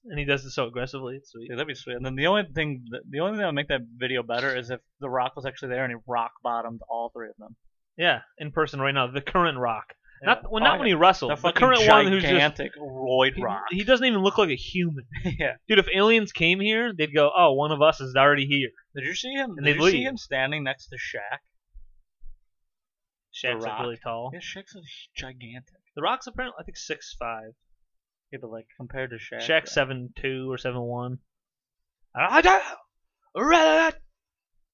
S2: and he does it so aggressively. It's sweet.
S1: Dude, that'd be sweet. And then the only thing, that, the only thing that would make that video better is if The Rock was actually there and he rock bottomed all three of them.
S2: Yeah, in person right now, the current Rock. Not well,
S1: Oh,
S2: not
S1: yeah.
S2: when he wrestled.
S1: the
S2: the
S1: fucking
S2: current one who's just
S1: gigantic roid
S2: he, [LAUGHS]
S1: rock.
S2: he doesn't even look like a human.
S1: yeah.
S2: Dude, if aliens came here, they'd go, "Oh, one of us is already here."
S1: Did you see him?
S2: And
S1: Did
S2: they
S1: you see
S2: leave.
S1: him standing next to Shaq?
S2: Shaq's like
S1: Rock.
S2: really tall.
S1: Yeah, Shaq's a gigantic.
S2: The Rock's apparently, I think, six five.
S1: Yeah, but like compared to Shaq.
S2: Shaq's seven two or seven one. I
S4: [LAUGHS]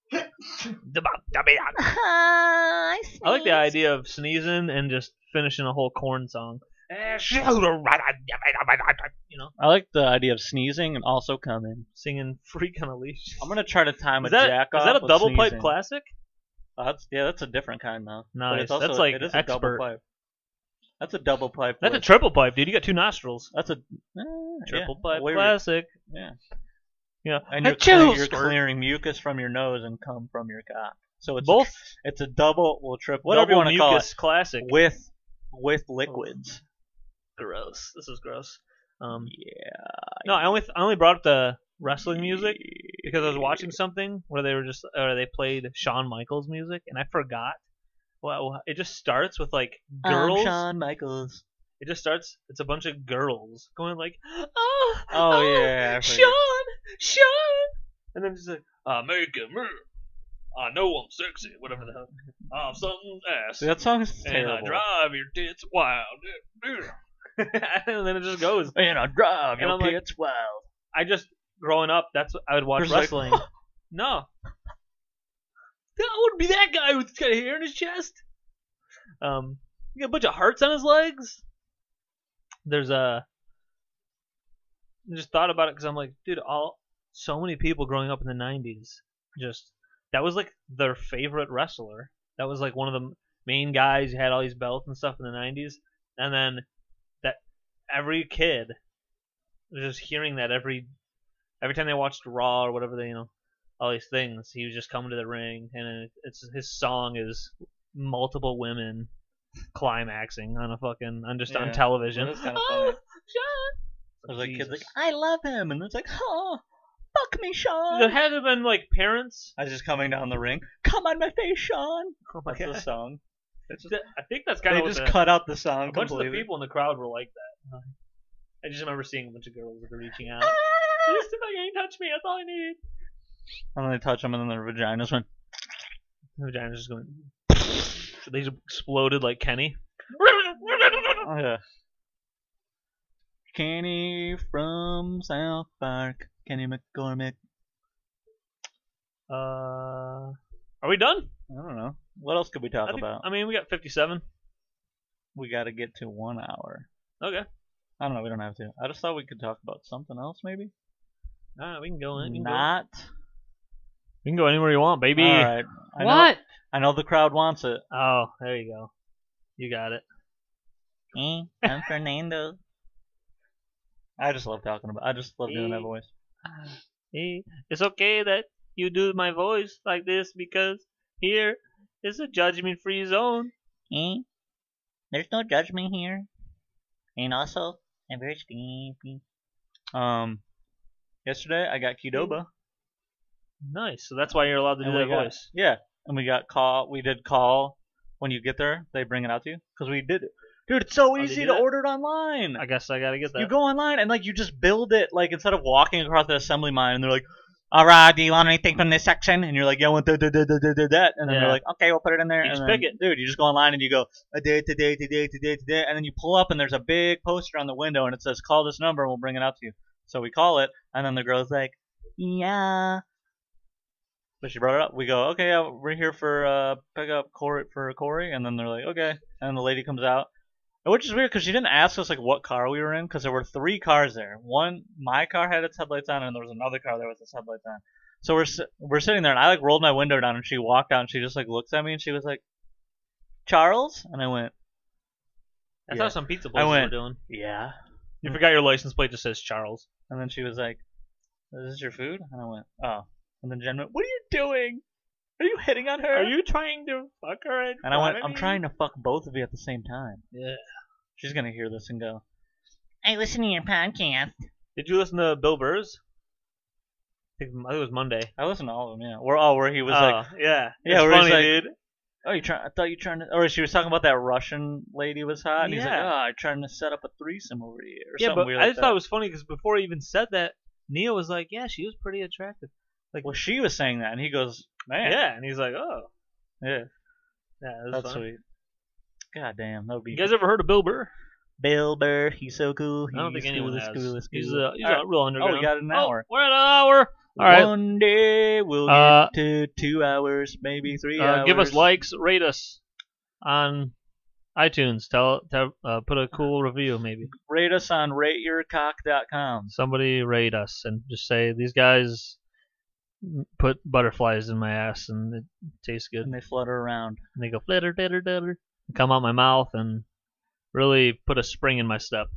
S4: I
S2: like the
S4: sneezed.
S2: idea of sneezing and just finishing a whole
S1: [LAUGHS]
S2: corn song. You know,
S1: I like the idea of sneezing and also coming.
S2: singing "Freak on a Leash."
S1: I'm gonna try to time
S2: Is
S1: a
S2: that,
S1: jack
S2: is
S1: off.
S2: that a
S1: with
S2: double pipe
S1: sneezing.
S2: classic?
S1: Oh, that's, yeah, that's a different kind though. But
S2: Nice.
S1: it's also-
S2: That's like
S1: it is a
S2: expert.
S1: double pipe. That's a double pipe.
S2: That's a
S1: with-
S2: triple pipe, dude. You got two nostrils.
S1: that's a eh,
S2: Triple
S1: yeah,
S2: pipe
S1: weird.
S2: classic.
S1: Yeah.
S2: Yeah.
S1: And
S2: I
S1: you're, clear-
S2: choose
S1: you're
S2: squirt.
S1: clearing mucus from your nose and cum from your cock. So it's
S2: Both
S1: A, it's a double, well, triple,
S2: whatever
S1: whatever
S2: double
S1: you
S2: mucus
S1: want to
S2: classic.
S1: call it, with with liquids.
S2: gross. This is gross. Um,
S1: Yeah.
S2: no, I only I only brought up the wrestling music because I was watching something where they were just or they played Shawn Michaels music and I forgot. Well, it just starts with like
S1: I'm
S2: girls.
S1: Um, Shawn Michaels.
S2: It just starts. It's a bunch of girls going like, [GASPS] oh,
S1: Oh, yeah, I forget.
S2: Sean, Sean, and then just like, I make a move. I know I'm sexy, whatever the
S1: [LAUGHS]
S2: hell. I'm something ass,
S1: Dude, that song's
S2: and
S1: terrible.
S2: I drive your tits wild. [LAUGHS] and then it just goes.
S1: And I drive.
S2: And
S1: your
S2: I'm like-
S1: tits wild.
S2: I just growing up, that's what I would watch
S1: You're just [LAUGHS]
S2: wrestling.
S1: like,
S2: no, that would be that guy with kind of hair in his chest. Um, he got a bunch of hearts on his legs. There's a. I just thought about it because I'm like, dude, all so many people growing up in the '90s just that was like their favorite wrestler. That was like one of the m- main guys who had all these belts and stuff in the '90s, and then that every kid was just hearing that every every time they watched Raw or whatever they you know all these things. He was just coming to the ring, and it- it's his song is multiple women climaxing on a fucking on just
S1: Yeah.
S2: on television.
S1: That is [LAUGHS] kinda
S2: Oh,
S1: funny.
S2: John.
S1: There's like kids
S2: Jesus.
S1: like, I love him, and it's like, oh, fuck me,
S2: "Ah, there
S1: Sean.
S2: had to have been like parents.
S1: I was just coming down the ring. Come on my face, Sean. That's the song. It's just,
S2: [LAUGHS] Th- I think that's
S1: Oh
S2: kind
S1: they
S2: of
S1: just
S2: the,
S1: cut out the song
S2: a bunch of the
S1: completely.
S2: people in the crowd were like that. I just remember seeing a bunch of girls that were reaching out.
S1: Ah!
S2: just fucking touch me. That's all I need.
S1: and then they touch them, and then their vaginas went.
S2: The vagina's just going. [LAUGHS] They just exploded
S1: [LAUGHS]
S2: like Kenny.
S1: Oh, yeah. Kenny from South Park. Kenny McCormick.
S2: Uh, are we done?
S1: I don't know. What else could we
S2: I
S1: talk
S2: think-
S1: about?
S2: I mean, we got 57.
S1: we got to get to one hour.
S2: Okay.
S1: I don't know. We don't have to. I just thought we could talk about something else, maybe.
S2: All right, we can go in. We can, go.
S1: Not.
S2: We can go anywhere you want, baby.
S1: All right. I Know,
S2: what?
S1: I know the crowd wants it.
S2: Oh, there you go. You got it.
S3: Eh, I'm
S1: [LAUGHS]
S3: Fernando.
S1: I just love talking about. I just love doing that voice.
S2: Hey, It's okay that you do my voice like this because here is a judgment-free zone.
S3: Eh? There's no judgment here. And also, I'm very sleepy.
S1: Um, yesterday I got Qdoba.
S2: Nice. So that's why you're allowed to do
S1: And we
S2: that
S1: got-
S2: voice.
S1: Yeah, and we got call. We did call when you get there. They bring it out to you because we did it, dude. It's so
S2: Oh, they
S1: easy
S2: do
S1: to
S2: that?
S1: order it online.
S2: I guess I gotta get that.
S1: You go online and like you just build it. Like instead of walking across the assembly line, and they're like, "All right, do you want anything from this section?" And you're like, "Yeah, I want that, that, that, that, that, that, that." And then
S2: Yeah.
S1: they're like, "Okay, we'll put it in there."
S2: You
S1: and
S2: just
S1: then,
S2: pick it.
S1: dude. You just go online and you go, "A day, today, today, today, today," and then you pull up and there's a big poster on the window and it says, "Call this number and we'll bring it out to you." So we call it, and then the girl's like,
S3: Yeah.
S1: but she brought it up. We go, okay, yeah, we're here for uh, pick up Corey for Corey, and then they're like, okay, and the lady comes out, which is weird because she didn't ask us like what car we were in because there were three cars there. One, my car had its headlights on, and there was another car there with its headlights on. So we're si- we're sitting there, and I like rolled my window down, and she walked out, and she just like looks at me, and she was like, Charles, and I went,
S2: That's
S1: Yeah.
S2: how some pizza
S1: I
S2: places
S1: went-
S2: were doing.
S1: yeah,
S2: You forgot your license plate just says Charles.
S1: and then she was like, is this your food? And I went, oh, and then Jen went, what are you doing? Are you hitting on her?
S2: you trying to fuck her? in
S1: and I went,
S2: front of
S1: I'm
S2: me?"
S1: trying to fuck both of you at the same time.
S2: Yeah.
S1: She's gonna hear this and go,
S3: I listen to your podcast.
S2: Did you listen to Bill Burr's? I think I think it was Monday.
S1: I listened to all of them. Yeah, where oh, where he was like,
S2: Oh, yeah,
S1: Yeah,
S2: It's
S1: where he's
S2: funny,
S1: like-
S2: dude.
S1: oh, you trying? I thought you trying to, or she was talking about that Russian lady was hot, and he's like, oh,
S2: Yeah.
S1: I'm trying to set up a threesome over here, or
S2: Yeah,
S1: something
S2: but
S1: weird
S2: I
S1: like
S2: just
S1: that.
S2: thought it was funny because before he even said that, Nia was like, "Yeah, she was pretty attractive."
S1: like, well, she was saying that, and he goes, man,
S2: Yeah, and he's like, "Oh,
S1: yeah,
S2: yeah,
S1: that's sweet. God damn, that would be.
S2: You guys ever heard of Bill Burr?
S3: Bill Burr, he's so cool. He's
S2: I don't think anyone
S3: cool,
S2: has.
S3: Cool, cool.
S2: He's a he's
S1: All right.
S2: a real underground.
S1: Oh, we got an
S2: Oh,
S1: hour.
S2: we're at an hour. All right.
S1: One day we'll
S2: Uh,
S1: get to two hours, maybe three
S2: Uh,
S1: hours.
S2: give us likes, rate us on iTunes. Tell, tell uh, put a cool review maybe.
S1: Rate us on rateyourcock.com.
S2: Somebody rate us and just say these guys put butterflies in my ass and it tastes good.
S1: And they flutter around.
S2: And they go flitter, flitter, flitter, and come out my mouth and really put a spring in my step.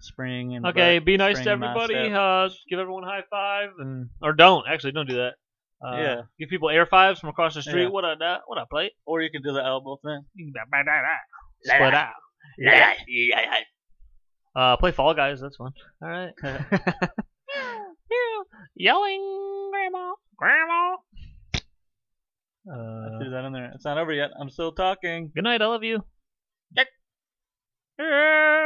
S1: Spring and
S2: Okay,
S1: butt,
S2: be nice to
S1: spring my
S2: everybody.
S1: step. Mm.
S2: Uh, give everyone a high five and or don't actually don't do that. Uh,
S1: Yeah.
S2: Give people air fives from across the street.
S1: Yeah.
S2: What a da- what a plate.
S1: Or you can do the elbow thing.
S2: Split out. Uh, play Fall Guys. That's fun. All
S1: [LAUGHS]
S2: right. [LAUGHS] Yelling, Grandma, Grandma.
S1: I
S2: Uh,
S1: threw that in there. It's not over yet. I'm still talking.
S2: good night. I love you.
S4: Good